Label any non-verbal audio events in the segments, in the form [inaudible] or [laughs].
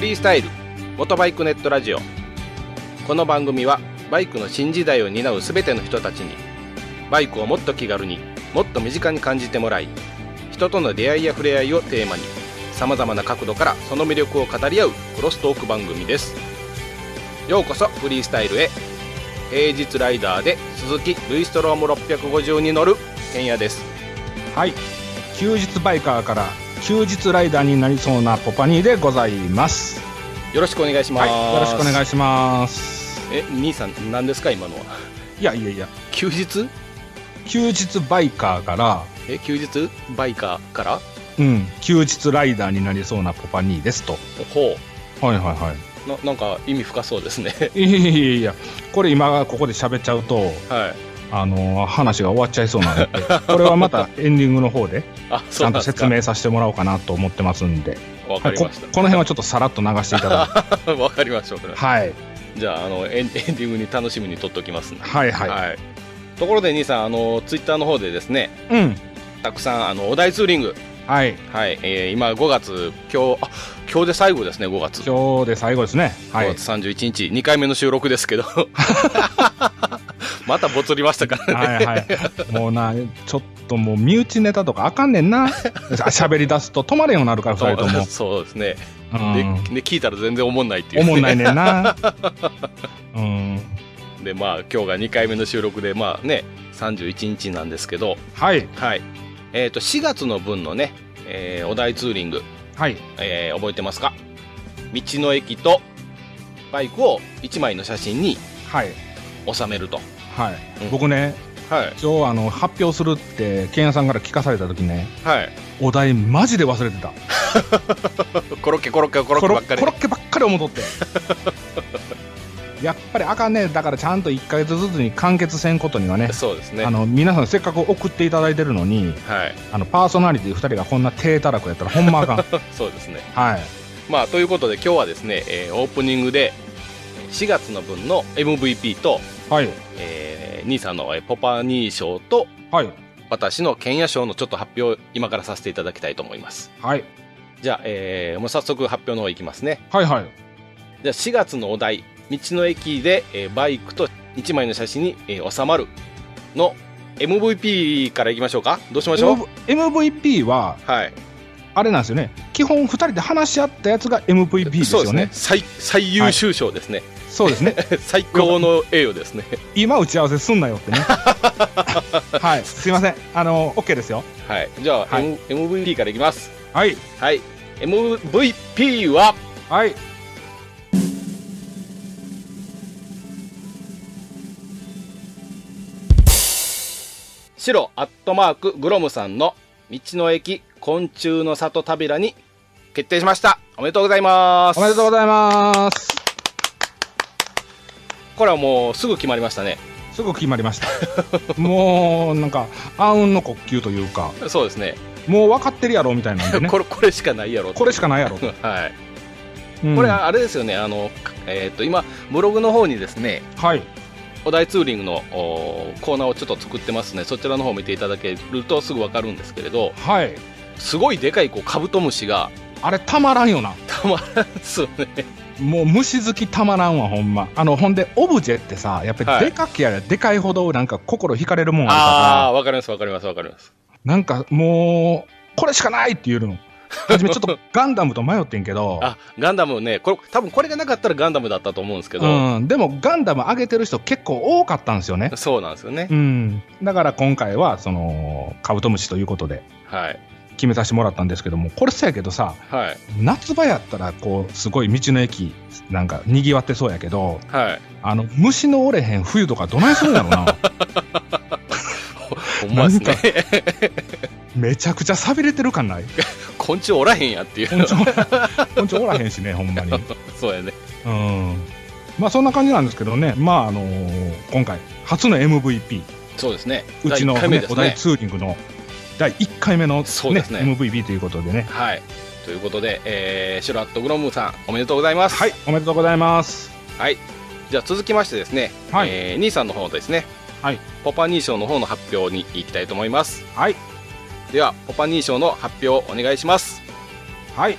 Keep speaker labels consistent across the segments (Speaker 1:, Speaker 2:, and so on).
Speaker 1: リースタイル元バイクネットラジオこの番組はバイクの新時代を担う全ての人たちにバイクをもっと気軽にもっと身近に感じてもらい人との出会いや触れ合いをテーマにさまざまな角度からその魅力を語り合うクロストーク番組ですようこそフリースタイルへ平日ライダーで鈴木ルイストローム650に乗るけんやです
Speaker 2: はい休日バイカーから休日ライダーになりそうなポパニーでございます
Speaker 1: よろしくお願いします、
Speaker 2: はいよろしくお願
Speaker 1: い
Speaker 2: いします
Speaker 1: え兄さん何ですか今のはい
Speaker 2: やいやいや
Speaker 1: 休日
Speaker 2: 休日バイカーから
Speaker 1: え休日バイカーから
Speaker 2: うん休日ライダーになりそうなポパニーですと
Speaker 1: ほ
Speaker 2: はいはいはいう
Speaker 1: ななんか意味深そうですね
Speaker 2: いやいやいやいやこれ今ここで喋っちゃうと
Speaker 1: はい
Speaker 2: あのー話が終わっちゃいそうなのでこれはまたエンディングの方で
Speaker 1: [laughs] あ
Speaker 2: ち
Speaker 1: そ
Speaker 2: ゃ
Speaker 1: うんなん
Speaker 2: と
Speaker 1: です
Speaker 2: 説
Speaker 1: か
Speaker 2: 明させてもらおうかなと思ってますんで
Speaker 1: わかり
Speaker 2: こ
Speaker 1: まし
Speaker 2: この辺はちょっとさらっと流していただいて
Speaker 1: た [laughs] わかりましたこれ
Speaker 2: はい
Speaker 1: じゃああのエンエンディングに楽しみに撮っておきますね
Speaker 2: はいはい、
Speaker 1: はいところで兄さんあのツイッターの方でですね
Speaker 2: うん
Speaker 1: たくさんあのお題ツーリング
Speaker 2: はい
Speaker 1: はい、えー今5月今日あ今日で最後ですね5月
Speaker 2: 今日で最後ですねは
Speaker 1: 5
Speaker 2: い
Speaker 1: 月31日、2回目の収録ですけど [laughs] またボツりましたからね
Speaker 2: はいはい。もうな、ちょっともう身内ネタとかあかんね
Speaker 1: [laughs]
Speaker 2: んな。喋り出すと止まれんようになるから、
Speaker 1: そ
Speaker 2: 二
Speaker 1: う
Speaker 2: 人とも。
Speaker 1: [laughs] そうですね、
Speaker 2: うん。
Speaker 1: でで聞いたら全然思んないっていう、
Speaker 2: おもん
Speaker 1: ね、
Speaker 2: ないね
Speaker 1: [laughs]
Speaker 2: んな。うん。
Speaker 1: でまあ今日が2回目の収録でまあね31日なんですけど
Speaker 2: はい。
Speaker 1: はいえー、と4月の分のね、えーお題ツーリング、
Speaker 2: はい。
Speaker 1: えー覚えてますか道の駅とバイクを1枚の写真に
Speaker 2: はい。
Speaker 1: 収めると
Speaker 2: は
Speaker 1: う
Speaker 2: い。
Speaker 1: ん
Speaker 2: 僕ね、
Speaker 1: はい
Speaker 2: 今日あの、発表するって、ケンヤさんから聞かされた時ね、
Speaker 1: はい
Speaker 2: お題マジで忘れてた。
Speaker 1: コロッケコロッケコロッケばっかり
Speaker 2: コロコロッケばっかり思う
Speaker 1: [laughs]
Speaker 2: とって。やっぱりあかんねだからちゃんと1ヶ月ずつに完結せんことにはね、
Speaker 1: そうですね
Speaker 2: あ
Speaker 1: はい
Speaker 2: の、皆さんせっかく送っていただいてるのに、あのパーソナリティ2人がこんな低たらくやったらほんま [laughs] あかん
Speaker 1: [laughs] そうですね
Speaker 2: はい
Speaker 1: まあということで今日はですね、えーオープニングで4月の分の MVP と、
Speaker 2: はい
Speaker 1: えー兄さんのえーポパニー賞と
Speaker 2: はい
Speaker 1: 私の剣也賞のちょっと発表を今からさせていただきたいと思います
Speaker 2: はい
Speaker 1: じゃあ、えーもう早速発表の方いきますね
Speaker 2: はいはい
Speaker 1: じゃあ4月のお題道の駅で、えーバイクと1枚の写真に、えー収まるの MVP からいきましょうかどうしましょう、
Speaker 2: M- MVP は
Speaker 1: はい、
Speaker 2: あれなんですよね基本2人で話し合ったやつが MVP です
Speaker 1: そうで
Speaker 2: よ
Speaker 1: すね
Speaker 2: ね
Speaker 1: 最最優秀賞ですね、
Speaker 2: そうです [laughs] ね
Speaker 1: 最高の栄誉ですね
Speaker 2: 今打ち合わせすんなよ [laughs] ってねはいすいませんあの OK ですよ
Speaker 1: はいじゃあ、
Speaker 2: はい
Speaker 1: M- MVP からいきます
Speaker 2: はい
Speaker 1: はい MVP は
Speaker 2: はい
Speaker 1: 白アットマークグロムさんの道の駅昆虫の里タビラに決定しましたおめでとうございます
Speaker 2: おめでとうございます
Speaker 1: これはもうすぐ決まりましたね
Speaker 2: すぐ決まりました [laughs] もうなんか暗雲の呼吸というか
Speaker 1: そうですね
Speaker 2: もう分かってるやろみたいなんでね
Speaker 1: これ [laughs] これしかないやろ
Speaker 2: これしかないやろ、
Speaker 1: れはい
Speaker 2: うん
Speaker 1: これあれですよねあの、えっと今ブログの方にですね
Speaker 2: はい
Speaker 1: お題ツーリングのおーコーナーをちょっと作ってますねそちらの方を見ていただけるとすぐわかるんですけれど
Speaker 2: はい
Speaker 1: すごいでかいこうカブトムシが [laughs]
Speaker 2: あれたまらんよな
Speaker 1: たまらんっすよね
Speaker 2: もう虫好きたまらんわほんまあのほんでオブジェってさやっぱ
Speaker 1: はい
Speaker 2: りでかきやらでかいほどなんか心惹かれるもんある
Speaker 1: ああ
Speaker 2: か
Speaker 1: わかりますわかりますわかります
Speaker 2: らなんかもうこれしかないって言えるの初めちょ
Speaker 1: [laughs]
Speaker 2: っとガンダムと迷ってんけど
Speaker 1: あガンダムねこれ多分これがなかったらガンダムだったと思うんですけど、
Speaker 2: うん、でもガンダム上げてる人結構多かったんですよね
Speaker 1: そうなんですよね
Speaker 2: う、んだから今回はそのカブトムシということで
Speaker 1: はい
Speaker 2: 決めさせてもらったんですけどもこれさやけどさ
Speaker 1: はい
Speaker 2: 夏場やったらこうすごい道の駅なんかにぎわってそうやけど
Speaker 1: はい
Speaker 2: あの虫の折れへん冬とかどないするんだろうな
Speaker 1: ほんまですね
Speaker 2: めちゃくちゃさびれてる感ない
Speaker 1: 昆虫おらへんやっていう
Speaker 2: 昆虫おら昆虫おらへんしねほんまにうん
Speaker 1: [laughs] そうやね
Speaker 2: まあそんな感じなんですけどねまああのー今回初の MVP
Speaker 1: そうですね
Speaker 2: うちの、
Speaker 1: 第一
Speaker 2: ね
Speaker 1: 回目です
Speaker 2: お題
Speaker 1: ね
Speaker 2: ツーリングの第1回目の、ね
Speaker 1: そうですね
Speaker 2: MVP ということでね
Speaker 1: はいということで、えー、シュラットグロムさんおめでとうございます
Speaker 2: はいおめでとうございます
Speaker 1: はいじゃあ続きましてですね、
Speaker 2: はい
Speaker 1: えー兄さんの方ですね
Speaker 2: はい
Speaker 1: ポパニー賞の方の発表に行きたいと思います
Speaker 2: はい
Speaker 1: ではポパニー賞の発表をお願いします
Speaker 2: はい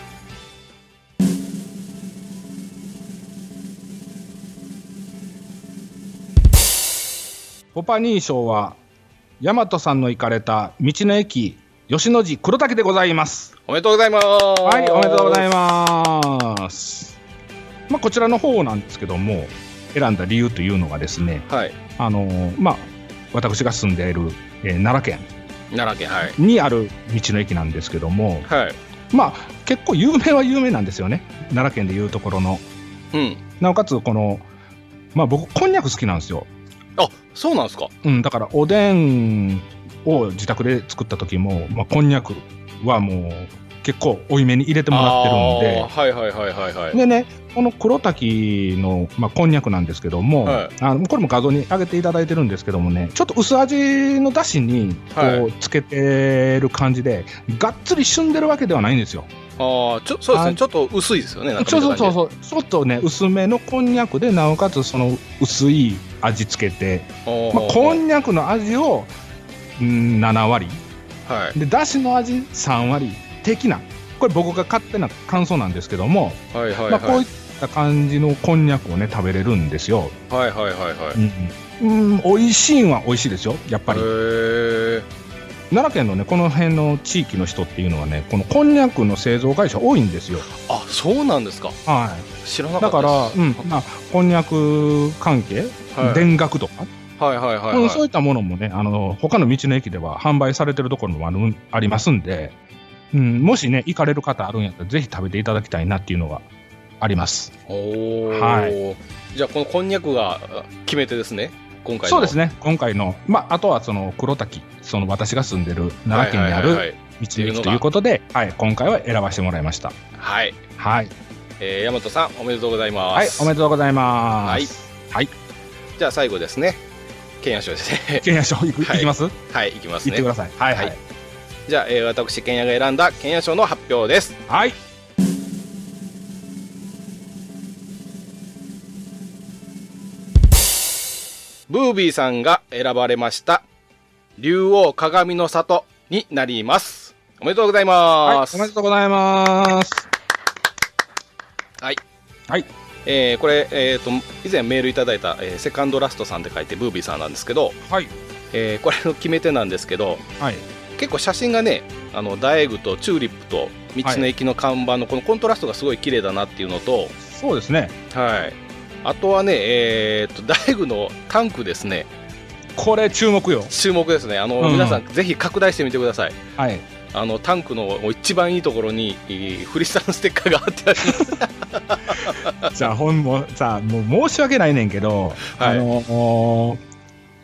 Speaker 2: ポパニー賞は、大和さんの行かれた道の駅、吉野寺黒滝でございます。
Speaker 1: おめでとうございます
Speaker 2: はい、おめでとうござい
Speaker 1: す
Speaker 2: ます。まあ、こちらの方なんですけども、選んだ理由というのがですね、
Speaker 1: はい
Speaker 2: あのーまあ、私が住んでいる、えー奈良県
Speaker 1: 奈良県はい
Speaker 2: にある道の駅なんですけども、
Speaker 1: はい
Speaker 2: まあ、結構有名は有名なんですよね、奈良県でいうところの。
Speaker 1: うん
Speaker 2: なおかつ、この、まあ、僕、こんにゃく好きなんですよ。
Speaker 1: あそうなんですか
Speaker 2: うん、だからおでんを自宅で作った時も、まあ、こんにゃくはもう結構多いめに入れてもらってるん
Speaker 1: あーはいはいはいはいはい
Speaker 2: ででねこの黒滝の、まあ、こんにゃくなんですけども、
Speaker 1: はい
Speaker 2: あのこれも画像に上げていただいてるんですけどもねちょっと薄味のだしにこ
Speaker 1: は
Speaker 2: うつけてる感じで、がっつり旬でるわけではないんですよ
Speaker 1: ああちょそうです
Speaker 2: あ
Speaker 1: ねちょっと薄いですよねなんか
Speaker 2: そうそうそう
Speaker 1: う
Speaker 2: そうちょっとね薄めのこんにゃくでなおかつその薄い味付けて、まあ、こんにゃくの味を、うん、7割
Speaker 1: はい
Speaker 2: でだしの味3割的なこれ僕が勝手な感想なんですけども、
Speaker 1: はいはい
Speaker 2: まあ、こ
Speaker 1: はい
Speaker 2: ういった感じのこんにゃくをね食べれるんですよ、
Speaker 1: はいはいはいはい
Speaker 2: うん、美味しいんは美味しいですよやっぱり
Speaker 1: へえ
Speaker 2: 奈良県のねこの辺の地域の人っていうのはねこのこんにゃくの製造会社多いんですよ
Speaker 1: あそうなんですか
Speaker 2: は
Speaker 1: 知ら
Speaker 2: い
Speaker 1: なか
Speaker 2: だ
Speaker 1: っ
Speaker 2: か
Speaker 1: た
Speaker 2: ら、
Speaker 1: で
Speaker 2: うんまあ、こんにゃく関係、
Speaker 1: すはい
Speaker 2: 田楽とか、
Speaker 1: はいはいはい
Speaker 2: うん
Speaker 1: は
Speaker 2: そう
Speaker 1: い
Speaker 2: いったものもねあの他の道の駅では販売されてるところもあるありますんで、うん、もしね行かれる方あるんやったらぜひ食べていただきたいなっていうのがあります
Speaker 1: おお、
Speaker 2: は
Speaker 1: じゃあこのこんにゃくがあ決め手ですね今回の
Speaker 2: そうです
Speaker 1: ね
Speaker 2: ね今回の、まあ、あとはその黒滝その私が住んでる奈良県にある
Speaker 1: は
Speaker 2: 道
Speaker 1: いは
Speaker 2: の
Speaker 1: い
Speaker 2: 駅ということで、はい今回は選ばせてもらいました
Speaker 1: はい、はい
Speaker 2: はい、
Speaker 1: えー、大和さんおめでとうございま
Speaker 2: はい、
Speaker 1: す
Speaker 2: おめでとうございます
Speaker 1: じゃあ最後ですね県野賞ですね [laughs]
Speaker 2: 県野賞いく
Speaker 1: はい
Speaker 2: いきます、
Speaker 1: はいいきます
Speaker 2: 行って
Speaker 1: ね
Speaker 2: くださいはいはい
Speaker 1: はいじゃあ、えー、私県野が選んだ県野賞の発表です
Speaker 2: はい、
Speaker 1: ブービーさんが選ばれました竜王鏡の里になりますおめでとうござい
Speaker 2: は
Speaker 1: ま
Speaker 2: い、
Speaker 1: す、
Speaker 2: おめでとうございます
Speaker 1: えーこれ、えー、と以前メールいただいた、えーセカンドラストさんって書いてブービーさんなんですけど、
Speaker 2: はい
Speaker 1: えーこれの決め手なんですけど
Speaker 2: はい
Speaker 1: 結構写真がねあのダイエグとチューリップと道の駅の看板のこのコントラストがすごい綺麗だなっていうのと、
Speaker 2: そうですね
Speaker 1: はい、あとはね、えー、とダイエグのタンクですね
Speaker 2: これ注目よ
Speaker 1: 注目ですねあの、
Speaker 2: うん
Speaker 1: 皆さんぜひ拡大してみてください
Speaker 2: はい
Speaker 1: あのタンクの一番いいところにえーフリスタのステッカーがあってあります
Speaker 2: じゃあ本もさあもう申し訳ないねんけど、
Speaker 1: はい
Speaker 2: [laughs] あのー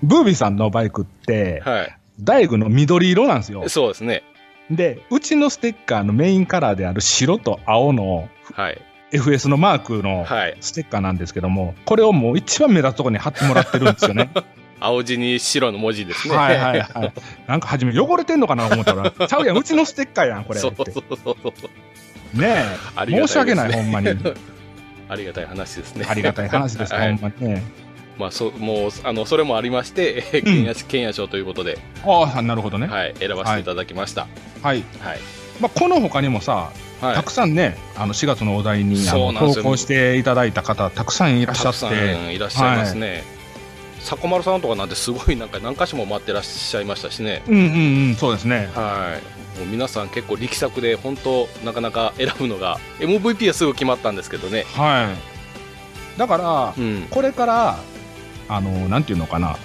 Speaker 2: ブービーさんのバイクって、
Speaker 1: はい
Speaker 2: 大工の緑色なんですよ
Speaker 1: そうですね
Speaker 2: でうちのステッカーのメインカラーである白と青の
Speaker 1: はい、
Speaker 2: FS のマークの
Speaker 1: はい、
Speaker 2: ステッカーなんですけどもこれをもう一番目立つところに貼ってもらってるんですよね
Speaker 1: 青地に白の文字 [laughs] ですね
Speaker 2: はい
Speaker 1: [laughs]
Speaker 2: はいはいなんか初め汚れてんのかなと思ったらちゃうやんうちのステッカーやんこれ
Speaker 1: そう
Speaker 2: っ
Speaker 1: そう
Speaker 2: て
Speaker 1: そうそう
Speaker 2: ね
Speaker 1: あ
Speaker 2: え
Speaker 1: りがたいですね
Speaker 2: 申し訳ない
Speaker 1: [laughs]
Speaker 2: ほんまに
Speaker 1: ありがたい話ですね
Speaker 2: ありがたい話です、
Speaker 1: はい
Speaker 2: ほんまにね
Speaker 1: まあ、そもうあのそれもありまして、 [laughs] えー県や県や賞ということで、
Speaker 2: ああなるほどね
Speaker 1: はい、選ばせていただきました。
Speaker 2: はい、
Speaker 1: はい、
Speaker 2: まあ、この他にもさ
Speaker 1: はい、
Speaker 2: たくさんね、あの4月のお題にあ
Speaker 1: そう
Speaker 2: の
Speaker 1: なんです
Speaker 2: 投
Speaker 1: よ
Speaker 2: 稿していただいた方、たくさんいらっし
Speaker 1: た
Speaker 2: ゃ
Speaker 1: く
Speaker 2: って
Speaker 1: さ、んいらっしゃいますね。迫丸さんとかなんてすごいなんか何箇所も待ってらっしゃいましたしね。
Speaker 2: うんうんうん、そうですね、
Speaker 1: はい、もう皆さん結構力作で本当なかなか選ぶのが MVP はすぐ決まったんですけどね。
Speaker 2: はい、だから、
Speaker 1: うん、
Speaker 2: これから、あのなんていうのかな、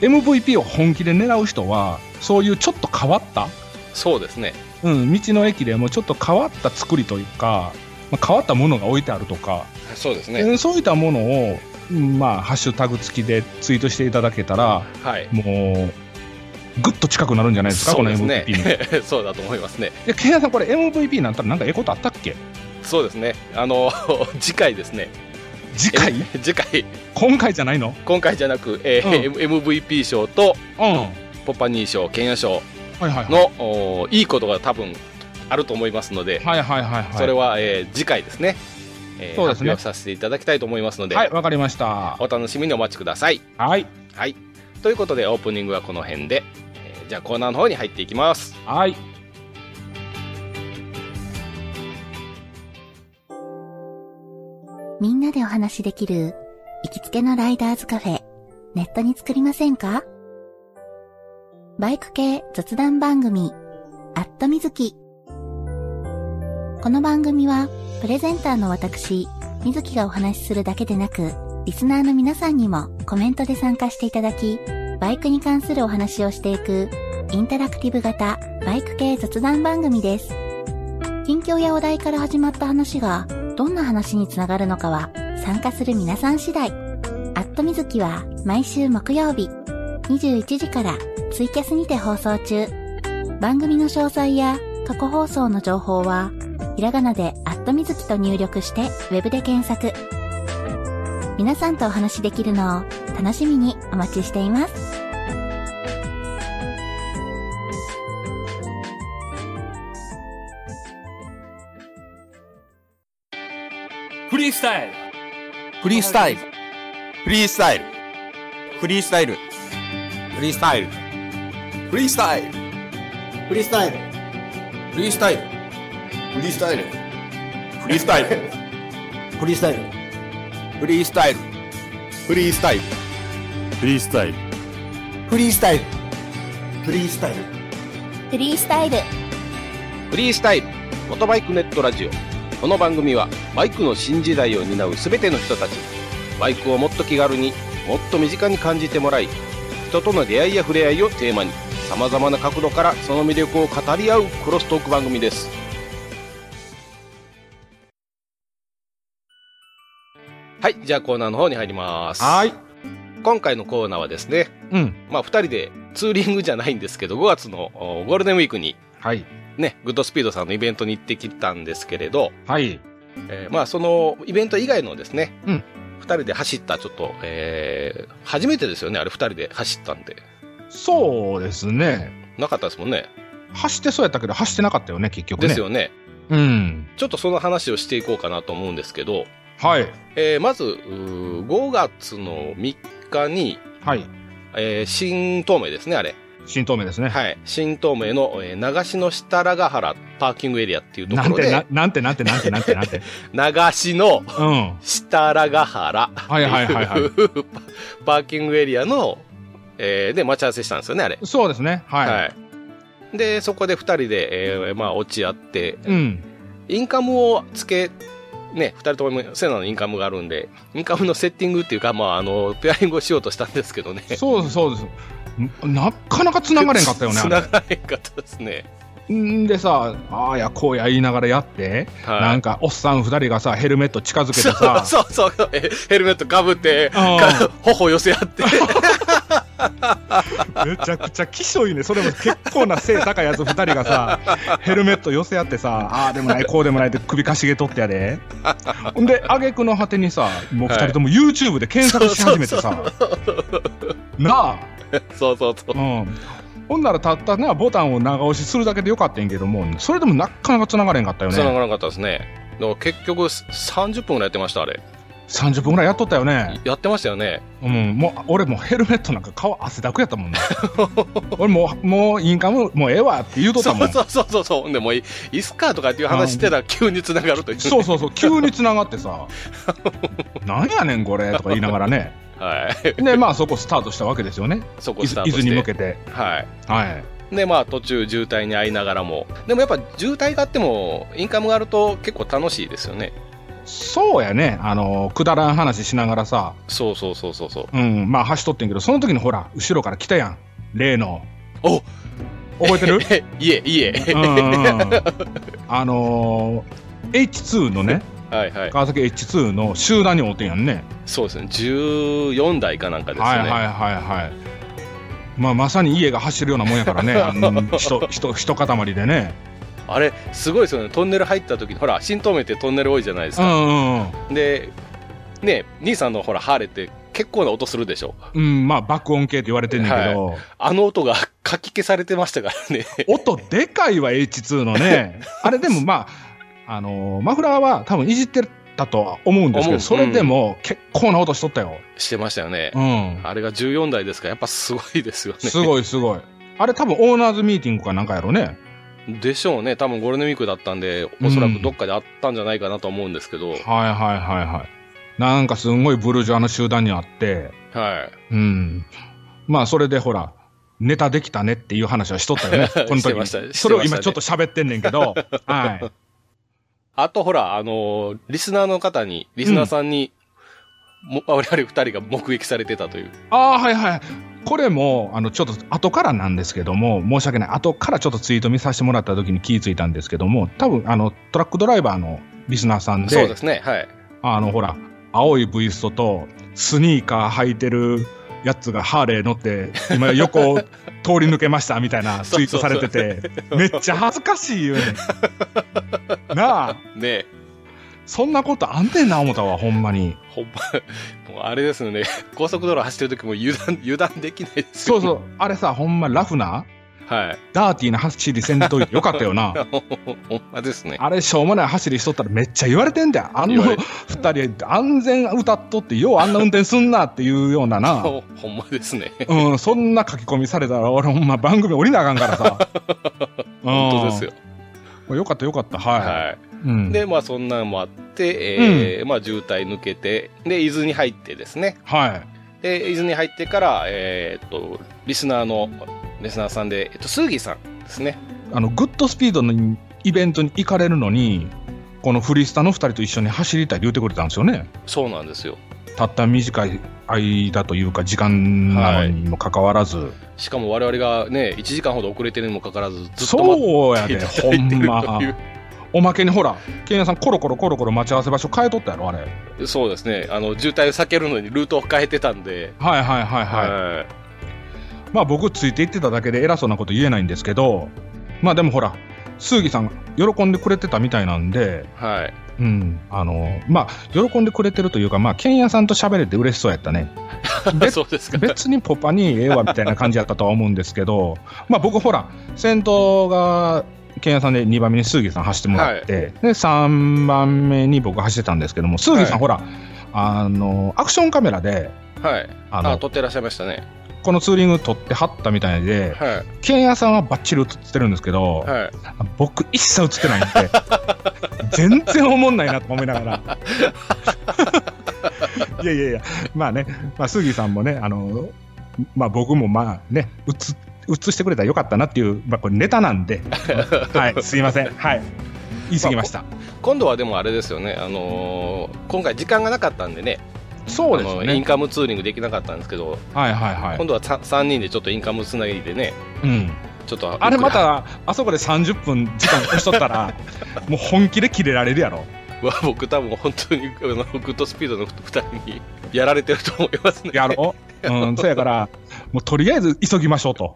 Speaker 2: MVP を本気で狙う人は、そういうちょっと変わった、
Speaker 1: そうですね。
Speaker 2: うん、道の駅でもちょっと変わった作りというか、まあ、変わったものが置いてあるとか、
Speaker 1: そうです
Speaker 2: う
Speaker 1: ね。
Speaker 2: んそういったものを、うんまあ、ハッシュタグ付きでツイートしていただけたら、
Speaker 1: はい。 [laughs]
Speaker 2: もう、ぐっと近くなるんじゃないですか、
Speaker 1: そうです
Speaker 2: この
Speaker 1: ね
Speaker 2: MVP に。。
Speaker 1: そうだと思いますね。
Speaker 2: で、ケンヤさん、これ MVP になったらなんかええことあったっけ
Speaker 1: そうですね。あの [laughs] 次回ですね。
Speaker 2: 次回
Speaker 1: 次回
Speaker 2: 今回じゃないの
Speaker 1: 今回じゃなく、えー MVP 賞と
Speaker 2: うん。は
Speaker 1: ポパニー賞、ケンヤ賞
Speaker 2: いはいはい。
Speaker 1: のおーいいことが多分あると思いますので、
Speaker 2: はいはいはいはい。
Speaker 1: それは、えー次回ですね。えー
Speaker 2: そうです
Speaker 1: 発
Speaker 2: ね
Speaker 1: 表させていただきたいと思いますので、
Speaker 2: はい、わかりました。
Speaker 1: お楽しみにお待ちください。
Speaker 2: はい。
Speaker 1: はい。ということで、オープニングはこの辺で、えーじゃあコーナーの方に入っていきます。
Speaker 2: はい。
Speaker 3: みんなでお話しできる行きつけのライダーズカフェネットに作りませんかバイク系雑談番組、アットみずき。この番組は、プレゼンターの私、みずきがお話しするだけでなく、リスナーの皆さんにもコメントで参加していただき、バイクに関するお話をしていく、インタラクティブ型バイク系雑談番組です。近況やお題から始まった話が、どんな話につながるのかは、参加する皆さん次第。アットみずきは毎週木曜日、21時からツイキャスにて放送中。番組の詳細や過去放送の情報は、ひらがなでアットみずきと入力してウェブで検索。皆さんとお話しできるのを楽しみにお待ちしています。
Speaker 4: フリースタイル
Speaker 5: フリースタイル。
Speaker 6: フリースタイル。フリースタイル。フリースタイル。フリースタイル。
Speaker 7: フリースタイル。
Speaker 6: フリースタイル。
Speaker 5: フリースタイル。
Speaker 6: フリースタイル。
Speaker 7: フリースタイル。
Speaker 6: フリースタイル。フリースタイル。
Speaker 8: フリースタイル。
Speaker 7: フリースタイル。フリースタイル。
Speaker 3: フリースタイル。
Speaker 1: フリースタイルモトバイクネットラジオこの番組はバイクの新時代を担う全ての人たちにバイクをもっと気軽にもっと身近に感じてもらい人との出会いや触れ合いをテーマにさまざまな角度からその魅力を語り合うクロストーク番組ですはいじゃあコーナーの方に入ります
Speaker 2: はい。
Speaker 1: 今回のコーナーはですね
Speaker 2: うん。
Speaker 1: まあ2人でツーリングじゃないんですけど5月のおゴールデンウィークに
Speaker 2: はい。
Speaker 1: ね、グッドスピードさんのイベントに行ってきたんですけれど、
Speaker 2: はい。
Speaker 1: えーまあそのイベント以外のですね、
Speaker 2: うん
Speaker 1: 2人で走ったちょっと、えー初めてですよね、あれ2人で走ったんで。
Speaker 2: そうですね。
Speaker 1: なかったですもんね。
Speaker 2: 走ってそうやったけど、走ってなかったよね、結局ね。
Speaker 1: です。よね。
Speaker 2: うん。
Speaker 1: ちょっとその話をしていこうかなと思うんですけど、
Speaker 2: はい。
Speaker 1: えーまず、うー5月の3日に、
Speaker 2: はい。
Speaker 1: えー新東名ですね、あれ。
Speaker 2: 新東名ですね。
Speaker 1: はい。新東名の、えー流しの設楽ヶ原パーキングエリアっていうと
Speaker 2: な
Speaker 1: こ
Speaker 2: ん
Speaker 1: ろ
Speaker 2: て、な
Speaker 1: で、
Speaker 2: なんて、なんて、なんて、なんて、なん
Speaker 1: [laughs]
Speaker 2: て。
Speaker 1: 流しの
Speaker 2: うん。は
Speaker 1: 設楽ヶ原。
Speaker 2: いはいはいはい。
Speaker 1: パ [laughs] パーキングエリアの、えーで待ち合わせしたんですよねあれ
Speaker 2: そうですね。はい。
Speaker 1: いでそこで2人で、えーまあ落ち合って、
Speaker 2: うん。
Speaker 1: インカムをつけね2人ともセナのインカムがあるんでインカムのセッティングっていうかまああのペアリングをしようとしたんですけどね
Speaker 2: そうです、そうです。んなかなか繋がれんかったよね。あ
Speaker 1: つ
Speaker 2: れ
Speaker 1: ながれんかったですね
Speaker 2: んでさ、ああやこうや言いながらやって、な
Speaker 1: は
Speaker 2: ん
Speaker 1: い
Speaker 2: かおっさん2人がさ、ヘルメット近づけてさ、
Speaker 1: そうそうそうえヘルメットかぶって
Speaker 2: うん
Speaker 1: か頬寄せ合
Speaker 2: [laughs]
Speaker 1: って
Speaker 2: めちゃくちゃきしょいね、それも結構な背高いやつ2人がさ、ヘルメット寄せ合ってさ、ああでもない、こうでもないって首かしげとってやで。ほんで、挙句の果てにさ、もう2人とも YouTube で検索し始めてさ、なあ、
Speaker 1: そうそうそう
Speaker 2: うん。ほんならたったなボタンを長押しするだけでよかったんやけどもそれでもなかなか繋がれんかったよ
Speaker 1: つなが
Speaker 2: ね
Speaker 1: らなかったですねだから結局30分ぐらいやってましたあれ
Speaker 2: 30分ぐらいやっとったよね
Speaker 1: やってましたよね
Speaker 2: うんもう俺もうヘルメットなんか顔汗だくやったもんね俺もうもうインカムもうええわって言うとったもん
Speaker 1: そうそうそうそうそうでもいいいっすかとかっていう話してたら急につながるという
Speaker 2: そうそうそう、急に繋がってさ、
Speaker 1: [laughs]
Speaker 2: なんやねん、これとか言いながらね、
Speaker 1: はい
Speaker 2: で、まあ、そこスタートしたわけですよね、
Speaker 1: そこ
Speaker 2: 伊
Speaker 1: スタ
Speaker 2: 豆伊
Speaker 1: ート
Speaker 2: 豆
Speaker 1: し
Speaker 2: に
Speaker 1: て
Speaker 2: 向けて。
Speaker 1: は
Speaker 2: はい、
Speaker 1: いでまあ途中渋滞に遭いながらもでもやっぱ渋滞があってもインカムがあると結構楽しいですよね
Speaker 2: そうやね、あのくだらん話しながらさ、
Speaker 1: そうそうそうそうそう
Speaker 2: うん、まあ、走っとってんけど、その時にほら、後ろから来たやん、例の。
Speaker 1: お
Speaker 2: 覚えて
Speaker 1: [laughs]
Speaker 2: る
Speaker 1: えいえいえ
Speaker 2: うんうんうんあのー H2
Speaker 1: [laughs]
Speaker 2: のね、
Speaker 1: はいはい
Speaker 2: 川崎 H2 の集団におってんやんね。
Speaker 1: そうですね14台かなんかです
Speaker 2: はい
Speaker 1: よ
Speaker 2: はい
Speaker 1: ね、
Speaker 2: はいはい。まあ、まさに家が走るようなもんやからね、あの人、人、人塊でね。
Speaker 1: あれすごいですよねトンネル入った時にほら新東名ってトンネル多いじゃないです
Speaker 2: う
Speaker 1: か、
Speaker 2: んうんうん。
Speaker 1: でね兄さんのほらハーレーって結構な音するでしょ
Speaker 2: うん、まあ爆音系って言われてんねんけど、
Speaker 1: あの音がかき消されてましたからね [laughs]
Speaker 2: 音でかいわ、H2 のね。あれでもまあ、あのーマフラーは多分いじってたとは思うんですけ
Speaker 1: 思
Speaker 2: ど、
Speaker 1: う
Speaker 2: それでも結構な音しとったよ。
Speaker 1: してましたよね
Speaker 2: う。ん。
Speaker 1: あれが14台ですから、やっぱすごいですよね。
Speaker 2: すごいすごい。あれ多分オーナーズミーティングかなんかやろね。
Speaker 1: でしょうね。多分ゴールデンウィークだったんで、おそらくどっかであったんじゃないかなと思うんですけど、
Speaker 2: はいはいはいはい。なんかすんごいブルジョアの集団にあって、
Speaker 1: は
Speaker 2: うん。まあ、それでほら、ネタできたねっていう話はしとったよね、この
Speaker 1: [laughs] して
Speaker 2: 時
Speaker 1: ましたしてましたね
Speaker 2: に。それを今ちょっと喋ってんねんけ
Speaker 1: [laughs]
Speaker 2: ど、はい。
Speaker 1: あとほら、あのーリスナーの方に、リスナーさんに、も我々二人が目撃されてたという。
Speaker 2: ああ、はいはい。これも、あの、ちょっと後からなんですけども、申し訳ない。後からちょっとツイート見させてもらった時に気ぃついたんですけども、多分、あの、トラックドライバーのリスナーさんで、
Speaker 1: そうですね、はい。
Speaker 2: あの、ほら、青いブイストと、スニーカー履いてるやつがハーレー乗って、今横を通り抜けましたみたい [laughs] なツイートされてて、めっちゃ恥ずかしい [laughs] よねん。なあ、
Speaker 1: ね
Speaker 2: そんなことあんねんな思ったわ、ほんまに。
Speaker 1: ほんま、 [laughs] もうあれですよね、高速道路走ってる時も油断、油断できないです
Speaker 2: そ
Speaker 1: よ
Speaker 2: うそう、あれさ、ほんまラフな、
Speaker 1: はい。 [laughs]
Speaker 2: ダーティーな走りせんといてよかったよ [laughs] な。
Speaker 1: ほんまですね。
Speaker 2: あれしょうもない走りしとったらめっちゃ言われてんだよ。あ
Speaker 1: 言
Speaker 2: の
Speaker 1: われる
Speaker 2: 二人安全歌っとってようあんな運転すんなっていうようなな。
Speaker 1: ほほんまですね。
Speaker 2: うん、そんな書き込みされたら俺ほんま番組降りなあかんからさ。
Speaker 1: [laughs] 本当ですよ。
Speaker 2: よ。よかったよかった、はい。
Speaker 1: はい。
Speaker 2: うん、
Speaker 1: で、まあそんなんもあって、えーまあ渋滞抜けて、で、伊豆に入ってですね。
Speaker 2: はい。
Speaker 1: で、伊豆に入ってから、えーっと、リスナーの、リスナーさんで、えっと、スーギーさんですね。
Speaker 2: あの、グッドスピードのイベントに行かれるのに、このフリスタの二人と一緒に走りたいって言ってくれたんですよね。
Speaker 1: そうなんですよ。
Speaker 2: たった短い間というか時間なのにもかかわらず。
Speaker 1: しかも我々がね、1時間ほど遅れてるにもかかわらず、ずっと待っ
Speaker 2: そうや
Speaker 1: てい
Speaker 2: で、
Speaker 1: た
Speaker 2: ほ
Speaker 1: だい
Speaker 2: ん
Speaker 1: てる
Speaker 2: ま
Speaker 1: と。いう
Speaker 2: おまけにほら、ケンヤさん、コロコロコロコロ待ち合わせ場所変えとったやろ、あれ。はい
Speaker 1: そうですね。あの、渋滞を避けるのにルートを変えてたんで。
Speaker 2: はいはいはい。
Speaker 1: は
Speaker 2: まあ僕、ついていってただけで偉そうなこと言えないんですけど、まあでもほら、スーギさん、喜んでくれてたみたいなんで、
Speaker 1: い。はい。
Speaker 2: うん、あの、まあ、喜んでくれてるというか、まあ、ケンヤさんと喋れて嬉しそうやったね。
Speaker 1: [laughs]
Speaker 2: べ
Speaker 1: そうですか。
Speaker 2: 別にポパにええわみたいな感じやったとは思うんですけど、まあ僕、ほら、先頭が、ケンヤさんで2番目にスーギさん走ってもらって、で3番目に僕走ってたんですけども、スーギさん、
Speaker 1: はい
Speaker 2: ほら、あの、アクションカメラで、
Speaker 1: はい。
Speaker 2: あの
Speaker 1: あ、撮ってらっしゃいましたね。
Speaker 2: このツーリング撮ってはったみたいで、
Speaker 1: は
Speaker 2: ケンヤさんはバッチリ映ってるんですけど、
Speaker 1: い。はい。
Speaker 2: 僕一切映ってないん [laughs] で、全然おもんないなと思いながら。 [laughs] いやいやいや、まあね、まあ、スギさんもね、あの、まあ僕もまあね、映映してくれたらよかったなっていう、まあこれネタなん [laughs] で、はい、すいません。はい。言い過ぎました。
Speaker 1: 今度はでもあれですよね。あのー今回時間がなかったんでね。
Speaker 2: そうです
Speaker 1: あのイン
Speaker 2: ね。
Speaker 1: カムツーリングできなかったんですけど、
Speaker 2: はいはいはい
Speaker 1: 今。度はさ3人でちょっとインカムつないでね、
Speaker 2: うん。
Speaker 1: ちょっと。
Speaker 2: あれま。た、あそこで30分時間押しとった [laughs] ら、もう本気で切れられるやろ。
Speaker 1: [laughs] わ僕多分本当に、あの、グッドスピードの2人に [laughs] やられてると思いますね。
Speaker 2: やろ
Speaker 1: [laughs]
Speaker 2: う。うん、そうやから、もうとりあえず急ぎましょうと。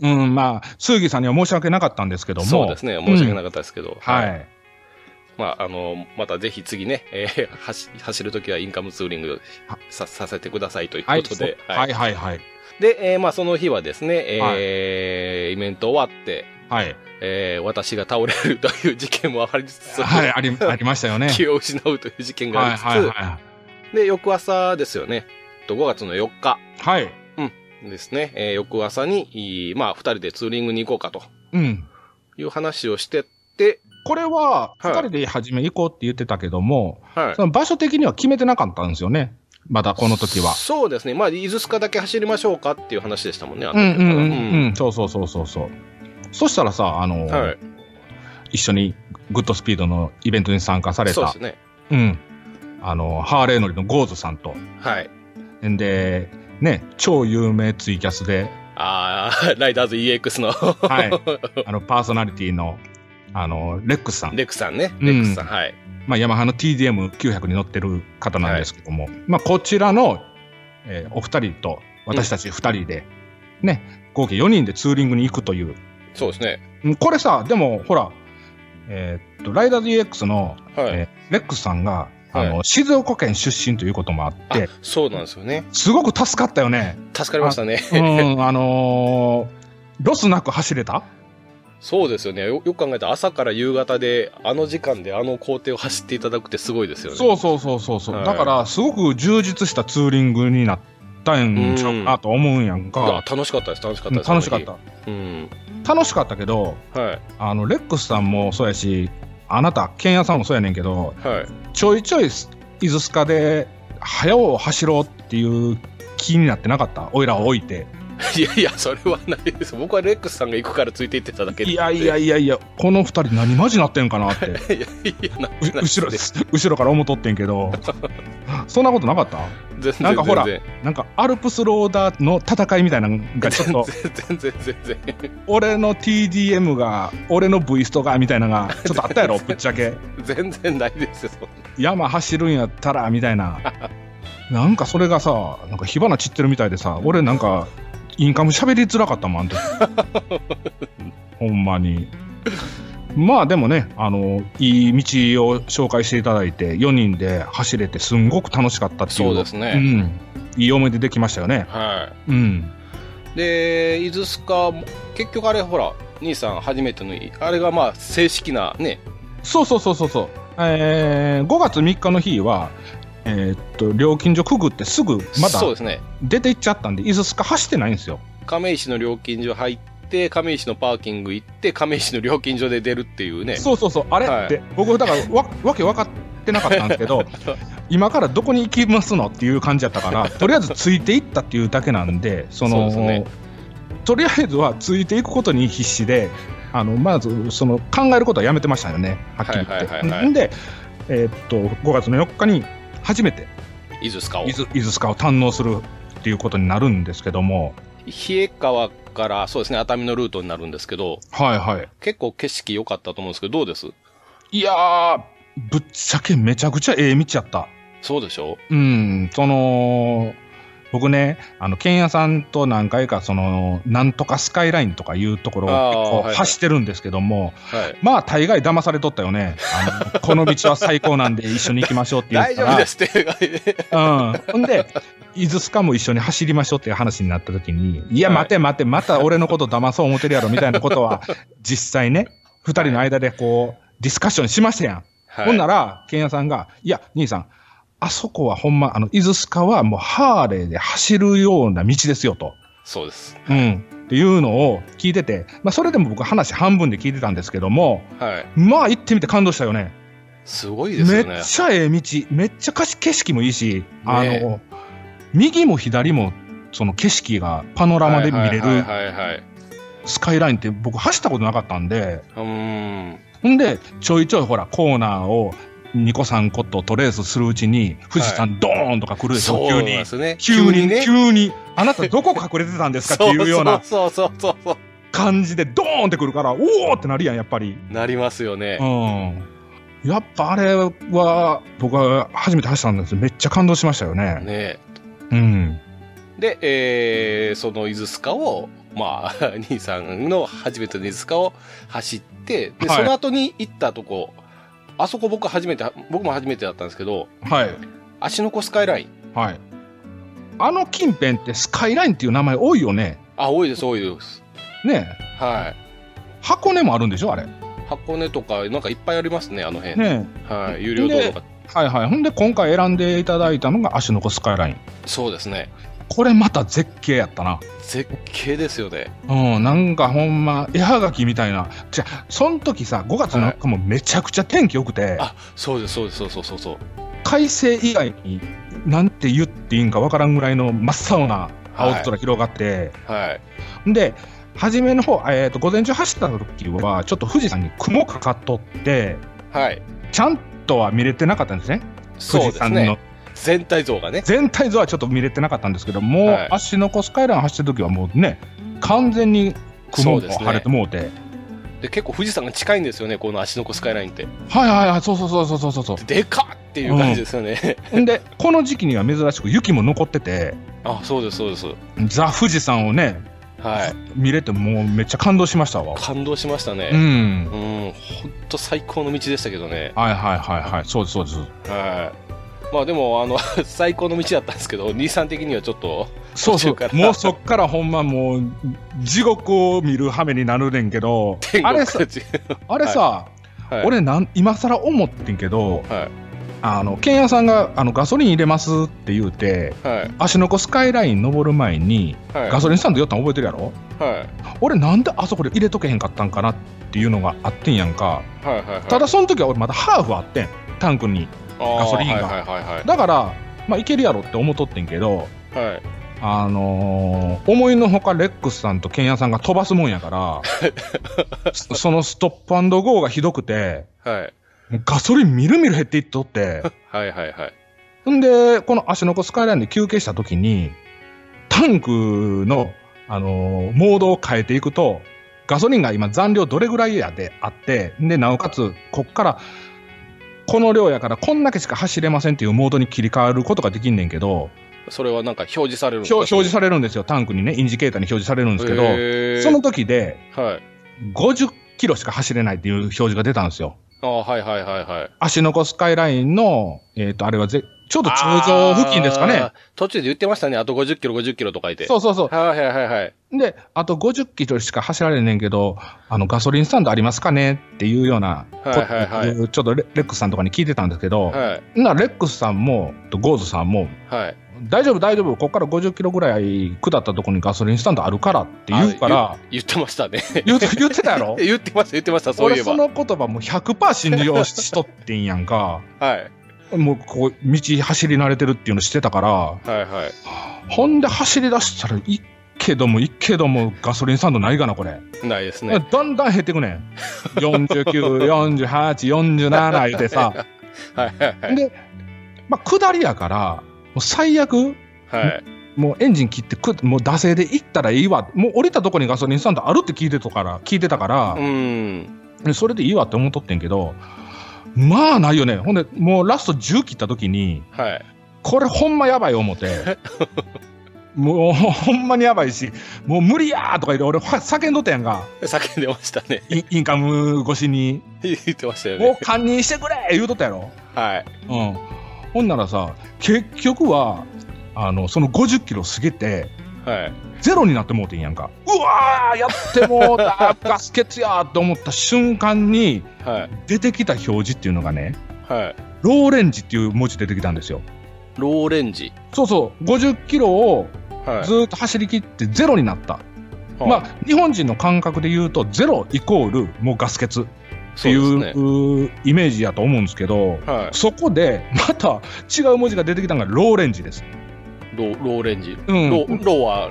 Speaker 2: うん、まあ、スーギさんには申し訳なかったんですけども。
Speaker 1: そうですね。申し訳なかったですけど。
Speaker 2: はい。
Speaker 1: まあ、あの、またぜひ次ね、えー走走るときはインカムツーリングささせてくださいという
Speaker 2: は
Speaker 1: こ
Speaker 2: い。
Speaker 1: と
Speaker 2: そう
Speaker 1: で。
Speaker 2: はい、はい、はい。
Speaker 1: で、えーまあ、その日はですね、えーイベント終わって、
Speaker 2: はい。
Speaker 1: えー私が倒れるという事件もありつつ、
Speaker 2: はい、
Speaker 1: [laughs]
Speaker 2: あり、ありましたよね。
Speaker 1: 気を失うという事件があ
Speaker 2: は
Speaker 1: り
Speaker 2: い、
Speaker 1: つつ、
Speaker 2: はい、は
Speaker 1: で、翌朝ですよね。と5月の4日
Speaker 2: い。はい。
Speaker 1: ですね、えー翌朝に、いまあ、二人でツーリングに行こうかと
Speaker 2: うん。
Speaker 1: いう話をしてって、
Speaker 2: これは、
Speaker 1: はい
Speaker 2: 二人で初め行こうって言ってたけども、
Speaker 1: はい
Speaker 2: そ。の場所的には決めてなかったんですよね。まだこの時は。
Speaker 1: そうですね。まあ、伊豆スカだけ走りましょうかっていう話でしたもんね。あ
Speaker 2: う
Speaker 1: の
Speaker 2: ん、
Speaker 1: 時
Speaker 2: う
Speaker 1: は
Speaker 2: ん
Speaker 1: ね、
Speaker 2: うん、うん。そうそうそうそうそう。そしたらさ、あの、
Speaker 1: はい。
Speaker 2: 一緒にグッドスピードのイベントに参加され
Speaker 1: そう
Speaker 2: た
Speaker 1: ですね。
Speaker 2: うん。あの、ハーレー乗りのゴーズさんと。
Speaker 1: はい。
Speaker 2: んで、ね、超有名ツイキャ
Speaker 1: [laughs]
Speaker 2: スで、
Speaker 1: ああ、ライダーズ [laughs] EX の
Speaker 2: はい。あの、パーソナリティの、あの、レックスさん。
Speaker 1: レックさんね。
Speaker 2: うん
Speaker 1: レックさん。はい。
Speaker 2: まあ、ヤマハの TDM900 に乗ってる方なんですけども、まあ、こちらの、えーお二人と、私たち二人で、ね、合計4人でツーリングに行くという。
Speaker 1: そうですね。
Speaker 2: うんこれさ、でも、ほら、えーっと、ライダー DX の、
Speaker 1: はい。
Speaker 2: えーレックスさんが、あの、
Speaker 1: は
Speaker 2: 静岡県出身ということもあっ
Speaker 1: あ
Speaker 2: て、、
Speaker 1: そうなんですよね。
Speaker 2: すごく助かったよね。
Speaker 1: 助かりましたね。
Speaker 2: うん、あのーロスなく走れた
Speaker 1: そうですよね。よよく考えたら朝から夕方で、あの時間であの工程を走っていただくってすごいですよね。
Speaker 2: そうそうそうそうそう、
Speaker 1: はい
Speaker 2: だからすごく充実したツーリングになったんちゃうかなと思うんやん
Speaker 1: いや
Speaker 2: か、
Speaker 1: 楽しかったです、楽しかっ
Speaker 2: う
Speaker 1: た
Speaker 2: ん
Speaker 1: です。
Speaker 2: 楽しかっ
Speaker 1: こ
Speaker 2: た
Speaker 1: の日。うん。
Speaker 2: 楽しかったけど
Speaker 1: はい。
Speaker 2: あのレックスさんもそうやしあなたケンヤさんもそうやねんけど
Speaker 1: はい。
Speaker 2: ちょいちょい伊豆スカで早を走ろうっていう気になってなかったオイラを置いて
Speaker 1: [laughs] いやいや、それはないです。僕はレックスさんが行くからついていってただけで。
Speaker 2: いやいやいやいやこの二人何マジなってんかなって
Speaker 1: いやい [laughs] や、な
Speaker 2: う後ろです後ろから思っとってんけどそんなことなかった
Speaker 1: 全然
Speaker 2: なんかほら
Speaker 1: 全
Speaker 2: なんかアルプスローダーの戦いみたいなのがちょっと
Speaker 1: 然全然全然全然
Speaker 2: 俺の TDM が俺の V ストがみたいなのがちょっとあったや
Speaker 1: [laughs]
Speaker 2: ろぶっちゃけ
Speaker 1: 全然ないですよ。そんな
Speaker 2: 山走るんやったらみたいななんかそれがさなんか火花散ってるみたいでさ俺なんかインカム喋りづらかったもんあの
Speaker 1: [laughs]
Speaker 2: 時ほんまにまあでもねあのいい道を紹介していただいて4人で走れてすんごく楽しかったっていう
Speaker 1: そうですね
Speaker 2: うん、いい思い出できましたよね
Speaker 1: は
Speaker 2: うん
Speaker 1: い。で、伊豆スカ、結局あれ、ほら、兄さん初めての、あれがまあ、正式なね、
Speaker 2: そうそうそうそうそうえー5月3日の日はえーっと料金所くぐってすぐまだ
Speaker 1: そうですね。
Speaker 2: 出て行っちゃったんで伊豆スカ走ってないんですよ
Speaker 1: 亀石の料金所入って、亀石のパーキング行って、亀石の料金所で出るっていうね。
Speaker 2: そうそうそう、あれ、
Speaker 1: はい
Speaker 2: って、僕、だからわ、わけ分かってなかったんです
Speaker 1: [laughs]
Speaker 2: けど、今からどこに行きますのっていう感じやったから、とりあえずついていったっていうだけなんで、
Speaker 1: そ
Speaker 2: そ
Speaker 1: う
Speaker 2: の
Speaker 1: ですね
Speaker 2: とりあえずはついていくことに必死で、あのまずその考えることはやめてましたよね、はっきり言って。
Speaker 1: はいはいはいはい
Speaker 2: んで、えーっと、5月の4日に初めて
Speaker 1: 伊豆スカを
Speaker 2: 伊。豆伊豆スカを堪能するっていうことになるんですけども、
Speaker 1: 冷え川から、そうですね、熱海のルートになるんですけど、
Speaker 2: はいはい。
Speaker 1: 結構景色良かったと思うんですけど、どうです
Speaker 2: いやー、ぶっちゃけめちゃくちゃええ道やった。
Speaker 1: そうでしょ
Speaker 2: うん、その、僕ね、あの、剣屋さんと何回か、その、なんとかスカイラインとかいうところを
Speaker 1: あー
Speaker 2: 結構
Speaker 1: はいはい
Speaker 2: 走ってるんですけども、
Speaker 1: はい。
Speaker 2: まあ、大概騙されとったよね。あのこの道は最高なんで一緒に行きましょうって言っ
Speaker 1: [laughs] 大
Speaker 2: た
Speaker 1: 丈
Speaker 2: ら。
Speaker 1: 夫ですって。
Speaker 2: うん。ほんで、伊豆スカも一緒に走りましょうっていう話になった時に、いや、
Speaker 1: はい
Speaker 2: 待て待て、また俺のこと騙そう思ってるやろみたいなこ
Speaker 1: [laughs]
Speaker 2: とは、実際ね、二人の間でこう、ディスカッションしましたやん。
Speaker 1: はい
Speaker 2: ほんなら、ケンヤさんが、いや、兄さん、あそこはほんま、あの、伊豆スカはもうハーレーで走るような道ですよと。
Speaker 1: そうです。
Speaker 2: うん。っていうのを聞いてて、まあ、それでも僕話半分で聞いてたんですけども、
Speaker 1: はい。
Speaker 2: まあ行ってみて感動したよね。
Speaker 1: すごいですよ
Speaker 2: め
Speaker 1: ね
Speaker 2: っ。ちゃええ道、めっちゃかし景色もいいし、あ
Speaker 1: ね
Speaker 2: の、右も左も、その景色がパノラマで見れ
Speaker 1: はい
Speaker 2: る
Speaker 1: はいはいはいはい。
Speaker 2: スカイラインって僕走ったことなかったんで、
Speaker 1: うーん。
Speaker 2: ほんで、ちょいちょいほら、コーナーを2個3個とトレースするうちに、富士山ドーンとか来るでしょ、
Speaker 1: そうなん
Speaker 2: 急に
Speaker 1: で。すね。
Speaker 2: 急に、
Speaker 1: ね。
Speaker 2: 急に、あなたどこ隠れてたんですかっていうような
Speaker 1: [laughs] そうそうそうそうそ
Speaker 2: 感じでドーンってくるから、おーってなるやん、やっぱり。
Speaker 1: う。なりますよね。
Speaker 2: うん。やっぱあれは、僕は初めて走ったんですめっちゃ感動しましたよね。
Speaker 1: ね
Speaker 2: うん。
Speaker 1: で、えー、その伊豆スカを、まあ、 [laughs] 兄さんの初めての伊豆スカを走って、で、
Speaker 2: はい
Speaker 1: その後に行ったとこ、あそこ僕初めて、僕も初めてだったんですけど、
Speaker 2: はい。
Speaker 1: 芦ノ湖スカイライン。
Speaker 2: はい。あの近辺ってスカイラインっていう名前多いよね。
Speaker 1: あ、多いです、多いです。
Speaker 2: ねえ
Speaker 1: はい。
Speaker 2: 箱根もあるんでしょ、あれ。
Speaker 1: 箱根とか、なんかいっぱいありますね、あの辺。
Speaker 2: ね
Speaker 1: はい。有料道路が。
Speaker 2: えはいはい。ほんで、今回選んでいただいたのが芦ノ湖スカイライン。
Speaker 1: そうですね。
Speaker 2: これまた絶景やったな。
Speaker 1: 絶景ですよね。
Speaker 2: うん、なんかほんま、絵はがきみたいな。じゃあその時さ、5月の日もめちゃくちゃ天気良くて、
Speaker 1: あ、そうです、そうです、そうそうそうそう。
Speaker 2: 快晴以外に、なんて言っていいんかわからんぐらいの真っ青な青空広がって、
Speaker 1: はい。
Speaker 2: で初めの方、えー、と午前中走った時はちょっと富士山に雲かかっとって
Speaker 1: はい。
Speaker 2: ちゃんとは見れてなかったんですね富
Speaker 1: そう
Speaker 2: 士
Speaker 1: です
Speaker 2: 山
Speaker 1: ね
Speaker 2: の。
Speaker 1: 全体像がね。
Speaker 2: 全体像はちょっと見れてなかったんですけどもう、
Speaker 1: はい
Speaker 2: 芦ノ湖スカイライン走ってる時はもうね完全に
Speaker 1: そ
Speaker 2: 雲
Speaker 1: うです
Speaker 2: も
Speaker 1: ね
Speaker 2: 晴れてもうて
Speaker 1: で、結構富士山が近いんですよね、この芦ノ湖スカイラインって。
Speaker 2: はいはいはいそうそうそうそうそうそうそう
Speaker 1: でかっっていう感じですよね。
Speaker 2: ほんでこの時期には珍しく雪も残ってて
Speaker 1: あ、そうです、そうです。
Speaker 2: ザ・富士山をね
Speaker 1: はい。
Speaker 2: 見れてもうめっちゃ感動しましたわ
Speaker 1: 感動しました
Speaker 2: う
Speaker 1: ね。
Speaker 2: ん
Speaker 1: うん、ほんと最高の道でしたけどね。
Speaker 2: はいはいはいはいそうですそうです
Speaker 1: はい。まあでも、あの、 [laughs] 最高の道だったんですけど、兄さん的にはちょっと、
Speaker 2: そうそ
Speaker 1: 途中か
Speaker 2: う。
Speaker 1: ら
Speaker 2: もうそっからほんまもう、地獄を見る羽目になるねんけど、あれさ、あれさ、
Speaker 1: [laughs] はい
Speaker 2: 俺なん、今更思ってんけど、
Speaker 1: はい
Speaker 2: あの、ケンヤさんがあのガソリン入れますって言うて、
Speaker 1: はい。
Speaker 2: 芦ノ湖スカイライン登る前に、
Speaker 1: はい。
Speaker 2: ガソリンスタンド寄ったん覚えてるやろ
Speaker 1: はい。
Speaker 2: 俺なんであそこで入れとけへんかったんかなっていうのがあってんやんか。
Speaker 1: はいはいはい。
Speaker 2: ただその時は俺まだハーフあってん、タンクに。
Speaker 1: あー
Speaker 2: ガソリンが
Speaker 1: はいはいはい
Speaker 2: だから、まあ、いけるやろって思っとってんけど、
Speaker 1: はい、はい、
Speaker 2: あのー思いのほかレックスさんとケンヤさんが飛ばすもん
Speaker 1: [laughs]
Speaker 2: やから、そそのストップアンドゴーがひどくて、
Speaker 1: はい
Speaker 2: もうガソリンみるみる減っていっとって、
Speaker 1: はいはいはい
Speaker 2: んで、この芦ノ湖スカイラインで休憩した時に、タンクの、あのーモードを変えていくと、ガソリンが今残量どれぐらいやであって、で、なおかつ、こっから、この量やからこんだけしか走れませんっていうモードに切り替わることができんねんけど、
Speaker 1: それはなんか表示されるんです
Speaker 2: 表
Speaker 1: か
Speaker 2: 表示されるんですよ。タンクにね、インジケーターに表示されるんですけど、
Speaker 1: へー
Speaker 2: その時で
Speaker 1: はい
Speaker 2: 50キロしか走れないっていう表示が出たんですよ。
Speaker 1: あーはいはいはいはい
Speaker 2: 芦ノ湖スカイラインの、えっ、と、あれはぜ、ちょうど頂上付近ですか
Speaker 1: あ
Speaker 2: ね
Speaker 1: ー。途中で言ってましたねあと50キロ50キロと書いて
Speaker 2: そうそうそう。
Speaker 1: はいはいはいはい
Speaker 2: で、あと50キロしか走られんねんけど、あの、ガソリンスタンドありますかねっていうようなこ
Speaker 1: はいはいはい
Speaker 2: とをちょっとレレックスさんとかに聞いてたんですけど、
Speaker 1: はい
Speaker 2: なレックスさんも、とゴーズさんも、
Speaker 1: はい
Speaker 2: 大丈夫大丈夫、ここから50キロぐらい下ったところにガソリンスタンドあるからって言うから、
Speaker 1: 言ってま
Speaker 2: [laughs]
Speaker 1: したね
Speaker 2: 言うて言ってたやろ
Speaker 1: 言ってました言ってました [laughs] そうい
Speaker 2: 俺
Speaker 1: え
Speaker 2: そ
Speaker 1: ば
Speaker 2: の言葉もう100%信用ししとってんやんか。
Speaker 1: はい
Speaker 2: もうこう、道走り慣れてるっていうのしてたから、
Speaker 1: はいはい
Speaker 2: ほんで走り出したら、いっけども、いっけども、ガソリンスタンドないかな、これ。
Speaker 1: ないですね
Speaker 2: だんだん減ってくねん。49、48、47言う
Speaker 1: [laughs]
Speaker 2: てさ。
Speaker 1: はいはいはい
Speaker 2: で、まあ、下りやから、もう最悪、
Speaker 1: はい
Speaker 2: もうエンジン切ってく、もう惰性で行ったらいいわ。もう降りたとこにガソリンスタンドあるって聞いてたから、聞いてたから
Speaker 1: う、ん
Speaker 2: でそれでいいわって思っとってんけど、まあないよね。ほんで、もうラスト10切った時に、
Speaker 1: はい
Speaker 2: これほんまやばい思て。もうほんまにやばいし、もう無理やーとか言って、俺は叫んどったやんか。
Speaker 1: 叫んでましたね [laughs]
Speaker 2: インインカム越しに。
Speaker 1: 言ってましたよ
Speaker 2: もう
Speaker 1: ね
Speaker 2: 堪忍してくれ言うとったやろ。
Speaker 1: はい
Speaker 2: うん。ほんならさ、結局は、あの、その50キロ過ぎて、
Speaker 1: はい
Speaker 2: ゼロになってもうてんやんか。うわーやってもうたガス欠やーと思った瞬間に、
Speaker 1: はい
Speaker 2: 出てきた表示っていうのがね、
Speaker 1: はい
Speaker 2: ローレンジっていう文字出てきたんですよ。
Speaker 1: ローレンジ
Speaker 2: そうそう、50キロを
Speaker 1: はい
Speaker 2: ずーっと走り切ってゼロになった。
Speaker 1: はい
Speaker 2: まあ、日本人の感覚で言うと、ゼロイコールもうガス欠っていう
Speaker 1: そうですね
Speaker 2: うーイメージやと思うんですけど、
Speaker 1: は
Speaker 2: そこでまた違う文字が出てきたのがローレンジです。
Speaker 1: いローローレンジ
Speaker 2: う
Speaker 1: ロ
Speaker 2: ん、
Speaker 1: ーローは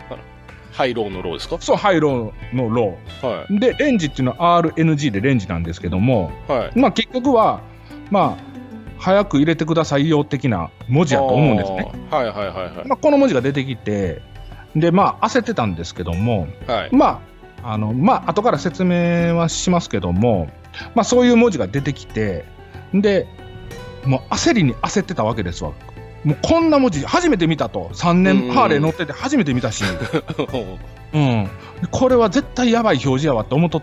Speaker 1: ハイローのローですか
Speaker 2: そう、ハイローのロ
Speaker 1: は
Speaker 2: ー。で、レンジっていうのは RNG でレンジなんですけども、
Speaker 1: いはい
Speaker 2: まあ結局は、まあ、早く入れてくださいよ的な文字やと思うんですね。
Speaker 1: あーはいはいはいはい
Speaker 2: まあ、この文字が出てきて、で、まあ焦ってたんですけども、
Speaker 1: はい
Speaker 2: まあ、あの、まあ、後から説明はしますけども、まあ、そういう文字が出てきて、で、もう焦りに焦ってたわけですわ。もうこんな文字初めて見たと。3
Speaker 1: う
Speaker 2: 年
Speaker 1: ん
Speaker 2: ハーレー乗ってて初めて見たし、うん。これは絶対やばい表示やわって思っとっ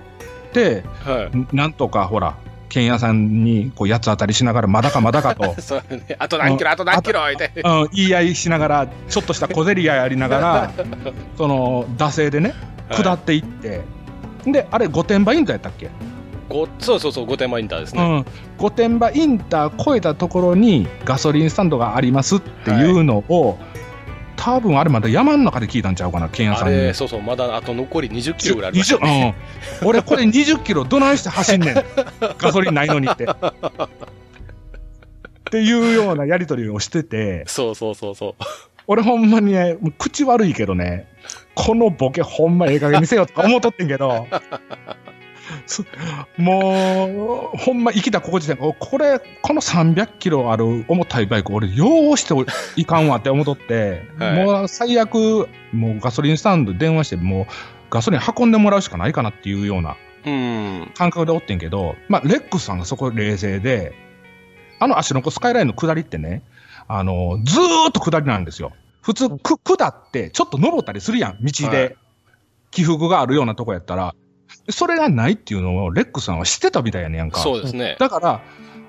Speaker 2: て、
Speaker 1: [laughs] は
Speaker 2: なんとかほら、剣屋さんにこう八つ当たりしながらまだかまだかと
Speaker 1: [laughs] い。そうねあと何キロあと何キロ言うて
Speaker 2: うん、言い合いしながら、ちょっとした小競り合いありながら、その、惰性でね、下
Speaker 1: はい
Speaker 2: っていって、で、あれ、御殿場インターやったっけ
Speaker 1: ごそうそうそう御殿場インターです
Speaker 2: う
Speaker 1: ね
Speaker 2: ん、御殿場インター越えたところにガソリンスタンドがありますっていうのを、多分あれまだ山の中で聞いたんちゃうかな剣屋
Speaker 1: あ
Speaker 2: さんに
Speaker 1: れそうそうまだあと残り20キロぐらいありま
Speaker 2: 20
Speaker 1: すね
Speaker 2: うん、俺これ20キロどないして走んねんガソリンないのに
Speaker 1: [laughs]
Speaker 2: ってっていうようなやり取りをしてて
Speaker 1: そうそうそうそう
Speaker 2: 俺ほんまにねもう口悪いけどねこのボケほんまええ加減にせよとか思っとってんけどそもうほんま生きた心地でおこれこの300キロある重たいバイク俺ようしておいかんわって思っとって、
Speaker 1: はい
Speaker 2: もう最悪もうガソリンスタンド電話してもうガソリン運んでもらうしかないかなっていうような
Speaker 1: うん
Speaker 2: 感覚でおってんけど、まあ、レックスさんがそこ冷静で、あの芦ノ湖スカイラインの下りってね、あの、ずーっと下りなんですよ。普通、く、下って、ちょっと登ったりするやん、道で。
Speaker 1: はい
Speaker 2: 起伏があるようなとこやったら。それがないっていうのを、レックスさんは知ってたみたいやねんか。
Speaker 1: そうですね
Speaker 2: だから、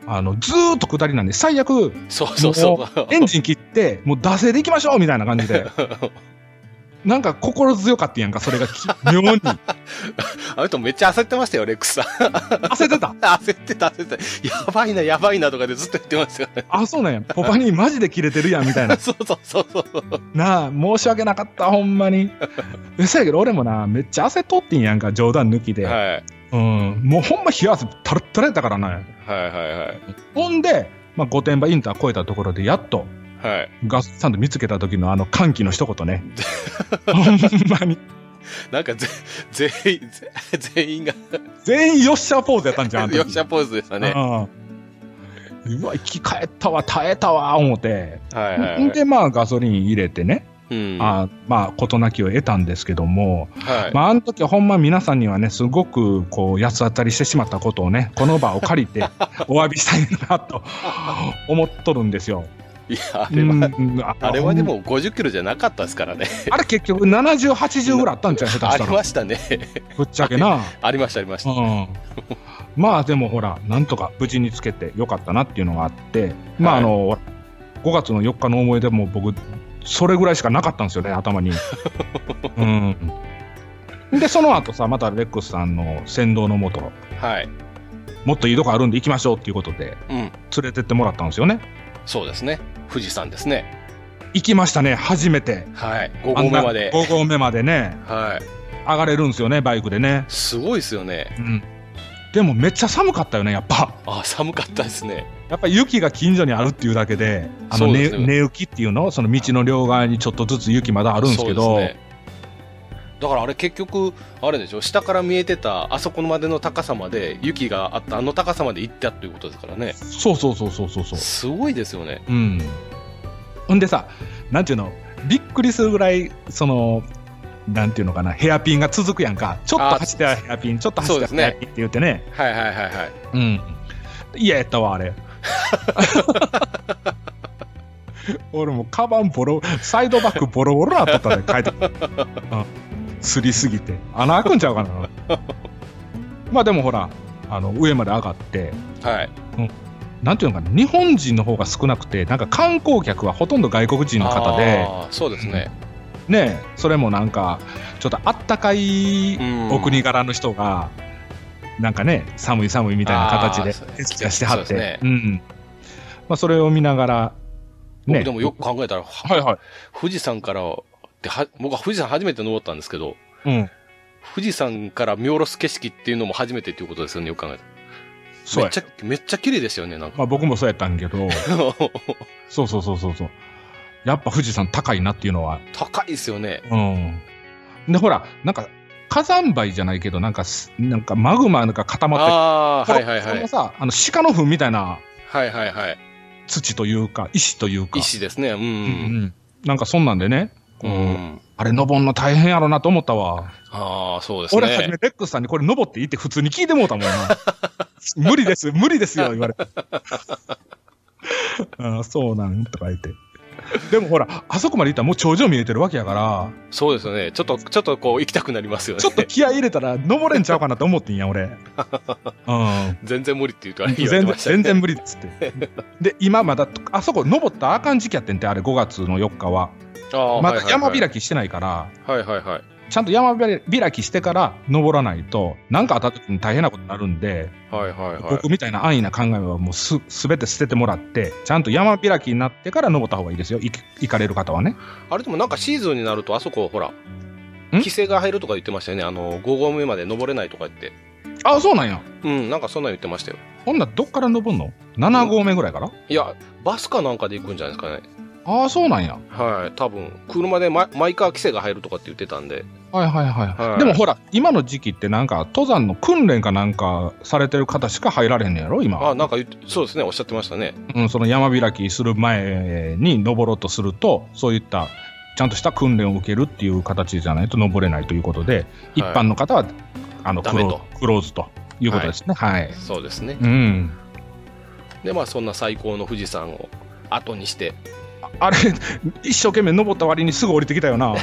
Speaker 2: あの、ずーっと下りなんで、最悪、
Speaker 1: そうそうそう
Speaker 2: エンジン切って、もう惰性で行きましょうみたいな感じ
Speaker 1: [laughs]
Speaker 2: で。なんか心強かったやんか、それがき、妙に。
Speaker 1: あの人めっちゃ焦ってましたよレックスさん [laughs]
Speaker 2: 焦ってた。
Speaker 1: 焦ってた焦ってたやばいなやばいなとかでずっと言ってましたよね
Speaker 2: あ、そうなんや。ポパにマジで切れてるやん、みたい
Speaker 1: [laughs]
Speaker 2: な。
Speaker 1: そうそうそうそう
Speaker 2: なあ、申し訳なかった、ほん
Speaker 1: [laughs]
Speaker 2: まに。嘘やけど、俺もな、めっちゃ汗とってんやんか、冗談抜きで。
Speaker 1: はい
Speaker 2: うん、もうほんま冷や汗、たるったれたからな。
Speaker 1: はいはいはい
Speaker 2: ほんで、まあ、御殿場インター越えたところで、やっと
Speaker 1: はい。
Speaker 2: ガスサンド見つけた時のあの歓喜の一
Speaker 1: [laughs]
Speaker 2: 言ね。ほんまに。
Speaker 1: なんかぜ、 [laughs] 全員、 [laughs] 全員が、
Speaker 2: 全員よっしゃポーズやったんじゃん。あの時
Speaker 1: よっしゃポーズでしたね。
Speaker 2: うんうわ、生き返ったわ、耐えたわ、思って。
Speaker 1: はいはい、はい。
Speaker 2: で、まあ、ガソリン入れてね、
Speaker 1: うん。
Speaker 2: あまあ、事なきを得たんですけども、
Speaker 1: はい。
Speaker 2: まあ、あの時ほんま皆さんにはね、すごく、こう、八つ当たりしてしまったことをね、この場を借り
Speaker 1: [laughs]
Speaker 2: て、お詫びしたいな、と思っとるんですよ。
Speaker 1: いや、あれは、
Speaker 2: うんあ
Speaker 1: あれはでも50キロじゃなかったですからね。
Speaker 2: あれ結局70、80ぐらいあったんちゃう下手
Speaker 1: あ
Speaker 2: した
Speaker 1: り
Speaker 2: ら。
Speaker 1: ましたね。 [laughs]
Speaker 2: ぶっちゃけな。
Speaker 1: ありました、ありまし
Speaker 2: う
Speaker 1: た。
Speaker 2: ん。まあでもほら、なんとか無事につけてよかったなっていうのがあって、まああの、5月の4日の思い出も僕、それぐらいしかなかったんですよね、
Speaker 1: [laughs]
Speaker 2: 頭に。うん。で、その後さ、またレックスさんの先導のもと、
Speaker 1: はい。
Speaker 2: もっといいとこあるんで行きましょうっていうことで、
Speaker 1: うん。
Speaker 2: 連れてってもらったんですよね。
Speaker 1: そうですね。富士山ですね。
Speaker 2: 行きましたね、初めて。
Speaker 1: はい。5合目まで。
Speaker 2: 5合目までね、
Speaker 1: はい。
Speaker 2: 上がれるんですよね、バイクでね。
Speaker 1: すごいですよね。
Speaker 2: うん。でもめっちゃ寒かったよね、やっぱ。
Speaker 1: あ、寒かったですね。
Speaker 2: やっぱ雪が近所にあるっていうだけで、あの
Speaker 1: そう
Speaker 2: ね
Speaker 1: ですね
Speaker 2: 根雪っていうの、その道の両側にちょっとずつ雪まだあるんですけ
Speaker 1: そ
Speaker 2: ど、
Speaker 1: うですね。だからあれ結局、あれでしょ、下から見えてたあそこまでの高さまで、雪があったあの高さまで行ったということですからね。
Speaker 2: そうそうそうそうそうそう、
Speaker 1: すごいですよね。
Speaker 2: うん。ほんでさ、なんていうの、びっくりするぐらい、その、なんていうのかな、ヘアピンが続くやんか、ちょっと
Speaker 1: あ
Speaker 2: 走ってはヘアピン、ちょっと走っては
Speaker 1: そう
Speaker 2: ヘ
Speaker 1: ですね
Speaker 2: アピンって言ってね、
Speaker 1: はいはいはいはい。
Speaker 2: うん。嫌やったわ、あれ。俺もうカバンボロ、サイドバッグボロボロなっとったね、書いて。うんすりすぎて。穴開くんちゃうかな。まあでもほら、あの、上まで上がって、
Speaker 1: はい。
Speaker 2: なんていうのかな、日本人の方が少なくて、なんか観光客はほとんど外国人の方で、
Speaker 1: あーそうですね。
Speaker 2: ねえ、それもなんか、ちょっとあったかい
Speaker 1: うん
Speaker 2: お国柄の人が、なんかね、寒い寒いみたいな形
Speaker 1: あー
Speaker 2: で
Speaker 1: そう、
Speaker 2: 手つきはしてはって、
Speaker 1: そうですね
Speaker 2: うんまあ、それを見ながら、
Speaker 1: 僕でもよく考えたら、
Speaker 2: はいはい。
Speaker 1: 富士山からっては、僕は富士山初めて登ったんですけど、
Speaker 2: うん、
Speaker 1: 富士山から見下ろす景色っていうのも初めてっていうことですよね、よく考えた
Speaker 2: そ
Speaker 1: ら。め
Speaker 2: うや
Speaker 1: っち。ゃ、めっちゃ綺麗ですよね、なんか。 [laughs]
Speaker 2: まあ、僕もそうやったんけど、そうそうそうそうそう。やっぱ富士山高いなっていうのは。
Speaker 1: 高いですよね。
Speaker 2: うん。で、ほら、なんか、火山灰じゃないけど、なんかす、なんかマグマなんか固まって、
Speaker 1: ああ、はいはい
Speaker 2: こ
Speaker 1: は
Speaker 2: れも
Speaker 1: い。
Speaker 2: さ、あの、鹿の糞みたいな
Speaker 1: はいはいはい。
Speaker 2: 土というか、石というか。
Speaker 1: 石ですね、う。
Speaker 2: うんん。なんかそんなんでね、
Speaker 1: う。
Speaker 2: こうんあれ登んの大変やろなと思ったわ。
Speaker 1: ああ、そうです
Speaker 2: 俺はじ
Speaker 1: ね
Speaker 2: め。レックスさんにこれ登っていいって普通に聞いてもうたもんな。 [laughs] 無理です、無理ですよ、言われて。 [laughs] あーそうなんとか言って。でもほら、あそこまで行ったらもう頂上見えてるわけやから、
Speaker 1: そうですよね。ちょっと、ちょっとこう、行きたくなりますよね
Speaker 2: ちょ。っと気合い入れたら登れんちゃうかなと思ってんや、
Speaker 1: [laughs]
Speaker 2: 俺。うん。
Speaker 1: 全然無理っていうとあれ言われ
Speaker 2: 全
Speaker 1: て
Speaker 2: 然
Speaker 1: ましたね。
Speaker 2: 全然無理っつって。で、今まだ、あそこ登ったらあかん時期やってんて、あれ5月の4日は。
Speaker 1: あー
Speaker 2: まだ山
Speaker 1: はいは
Speaker 2: 開きしてないから、
Speaker 1: いはい。はいはいはい。
Speaker 2: ちゃんと山開きしてから登らないと、なんかあった時に大変なことになるんで、
Speaker 1: はいはいはい。
Speaker 2: 僕みたいな安易な考えはもうす全て捨ててもらって、ちゃんと山開きになってから登った方がいいですよ、い行かれる方はね。
Speaker 1: あれでもなんかシーズンになると、あそこ、ほら、
Speaker 2: ん
Speaker 1: 規制が入るとか言ってましたよね。あの、5合目まで登れないとか言って。
Speaker 2: あ、そうなんや。
Speaker 1: うん、なんかそんなん言ってましたよ。
Speaker 2: ほんならどっから登るの ?7 合目ぐらいから、
Speaker 1: いや、バスかなんかで行くんじゃないですかね。
Speaker 2: ああ、そうなんや。
Speaker 1: はい、多分。車でマイマイカー規制が入るとかって言ってたんで。
Speaker 2: はいはいはい。
Speaker 1: はい
Speaker 2: でもほら、今の時期ってなんか登山の訓練かなんかされてる方しか入られへんのやろ、今。
Speaker 1: あ、なんか言って、そうですね、おっしゃってましたね。
Speaker 2: うん、その山開きする前に登ろうとするとそういったちゃんとした訓練を受けるっていう形じゃないと登れないということで、一般の方はあの
Speaker 1: ダ
Speaker 2: ク
Speaker 1: メ
Speaker 2: ロ
Speaker 1: と
Speaker 2: ークローズということですね。はい、
Speaker 1: そうですね。
Speaker 2: うん、
Speaker 1: で、まあ、そんな最高の富士山を後に [laughs] して。
Speaker 2: あれ一生懸命登った割にすぐ降りてきた
Speaker 1: [laughs]
Speaker 2: よな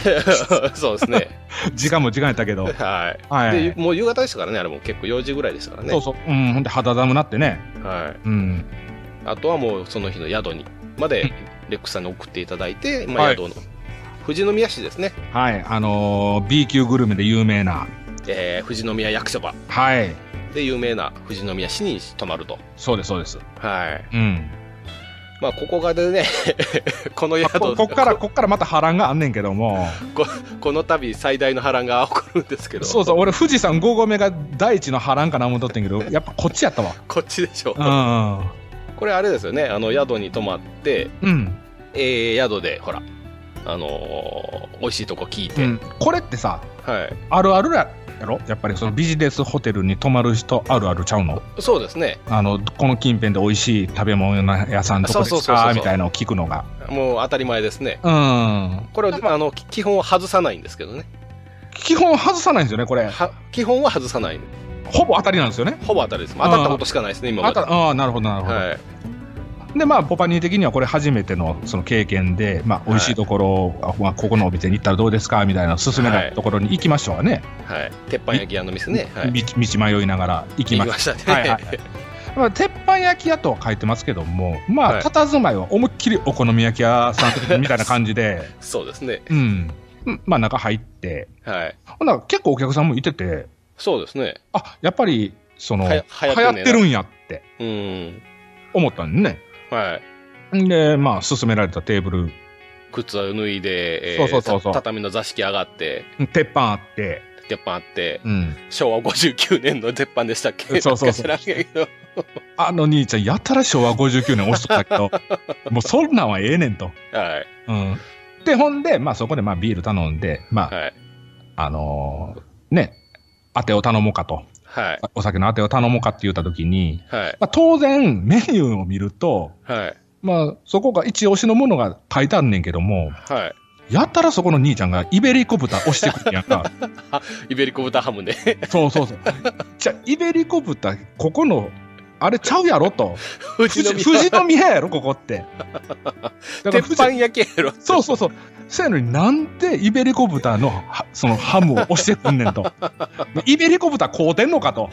Speaker 1: そうですね。
Speaker 2: 時間も時間やったけど、
Speaker 1: は。
Speaker 2: はい
Speaker 1: で、
Speaker 2: い
Speaker 1: もう夕方でしたからね、あれもう結構4時ぐらいでしたからね。
Speaker 2: そうそう、うん、ほんで肌寒なってね、
Speaker 1: はい。
Speaker 2: うん、
Speaker 1: あとはもうその日の宿にまでレックスさんに送っていただいて、まあ、
Speaker 2: はい
Speaker 1: 宿の、富士宮市ですね、
Speaker 2: はいあのー B 級グルメで有名な
Speaker 1: えー富士宮役所場
Speaker 2: はい
Speaker 1: で有名な富士宮市に泊まると。
Speaker 2: そうですそうです、
Speaker 1: はい。
Speaker 2: うん、
Speaker 1: まあ、ここがでね、 [laughs] この宿、
Speaker 2: ここっからこっからまた波乱があんねんけども。
Speaker 1: この度最大の波乱が起こるんですけど、
Speaker 2: そうそう、俺、富士山5合目が第一の波乱かな思うとってんけど、やっぱこっちやったわ。
Speaker 1: こっちでしょう。
Speaker 2: うん。
Speaker 1: これあれですよねあの宿に泊まって、
Speaker 2: うん。
Speaker 1: えー宿でほらあのー美味しいとこ聞いて、
Speaker 2: うんこれってさ、
Speaker 1: はい
Speaker 2: あるあるやろやっぱりそのビジネスホテルに泊まる人あるあるちゃうの
Speaker 1: そうですね
Speaker 2: あの、この近辺で美味しい食べ物屋さんとこで
Speaker 1: そう
Speaker 2: す
Speaker 1: そうそうそ
Speaker 2: か
Speaker 1: う
Speaker 2: みたいなのを聞くのが。
Speaker 1: もう当たり前ですね
Speaker 2: うん。
Speaker 1: これはあのき基本は外さないんですけどね
Speaker 2: 基本外さないんですよね、これ。
Speaker 1: は基本は外さない
Speaker 2: ほぼ当たりなんですよね。
Speaker 1: ほぼ当たりです当たったことしかないですね今ま
Speaker 2: あ
Speaker 1: で
Speaker 2: たあー、なるほど、なるほど。
Speaker 1: はい、
Speaker 2: でまあポパニー的にはこれ初めてのその経験で、まあ、美味しいところを、あまあ、ここのお店に行ったらどうですかみたいな勧められたところに行きましょうはね、
Speaker 1: はい、鉄板焼き屋の店ねはい
Speaker 2: 道道迷いながら行き
Speaker 1: 行
Speaker 2: ま
Speaker 1: きま
Speaker 2: し
Speaker 1: したね、
Speaker 2: た、はいはいはいまあ、鉄板焼き屋とは書いてますけどもま
Speaker 1: は
Speaker 2: あ
Speaker 1: い
Speaker 2: 佇まいは思いっきりお好み焼き屋さんみたいな感
Speaker 1: [laughs]
Speaker 2: じで、
Speaker 1: [laughs] そうですね
Speaker 2: うん、まあ中入って
Speaker 1: はい
Speaker 2: ほんなら結構お客さんもいてて
Speaker 1: そうですね
Speaker 2: あやっぱりその
Speaker 1: は
Speaker 2: 流
Speaker 1: や流行
Speaker 2: 行
Speaker 1: ってんねんな
Speaker 2: ってるんやって
Speaker 1: うん
Speaker 2: 思ったんね
Speaker 1: はい
Speaker 2: でまあ勧められたテーブル
Speaker 1: 靴を脱いで、
Speaker 2: そうそうそうそう
Speaker 1: た畳の座敷上がって
Speaker 2: 鉄板あって、
Speaker 1: 鉄板あって
Speaker 2: うん、
Speaker 1: 昭和59年の鉄板でしたっけ
Speaker 2: [laughs] そうそうそう
Speaker 1: なんか知らんけど
Speaker 2: あの兄ちゃん、やたら昭和59年押しとったけ
Speaker 1: [laughs]
Speaker 2: ど、もうそんなんはええねんと。
Speaker 1: はい
Speaker 2: うん。で、ほんで、まあそこでまあビール頼んで、まあ、
Speaker 1: はい
Speaker 2: あのーね、当てを頼もうかと。
Speaker 1: はい
Speaker 2: お酒の当てを頼もうかって言った時に、
Speaker 1: はい
Speaker 2: まあ当然メニューを見ると、
Speaker 1: はい
Speaker 2: まあそこが一押しのものが書いてあんねんけども、
Speaker 1: はい
Speaker 2: やたらそこの兄ちゃんがイベリコ豚押してくるんやん
Speaker 1: [laughs]
Speaker 2: か。
Speaker 1: イベリコ豚ハムね [laughs]
Speaker 2: そうそうそう。じゃあイベリコ豚、ここの、あれちゃうやろと。
Speaker 1: 富
Speaker 2: 富
Speaker 1: 士
Speaker 2: 士
Speaker 1: の
Speaker 2: 富士宮やろ、こ
Speaker 1: [laughs]
Speaker 2: こって。だか
Speaker 1: 鉄
Speaker 2: ら富
Speaker 1: 板
Speaker 2: 士
Speaker 1: 焼きやろ
Speaker 2: そうそうそう。せやのになんでイベリコ豚のはそのハムを押してくんねん
Speaker 1: [laughs]
Speaker 2: と。イベリコ豚買うてんのかと。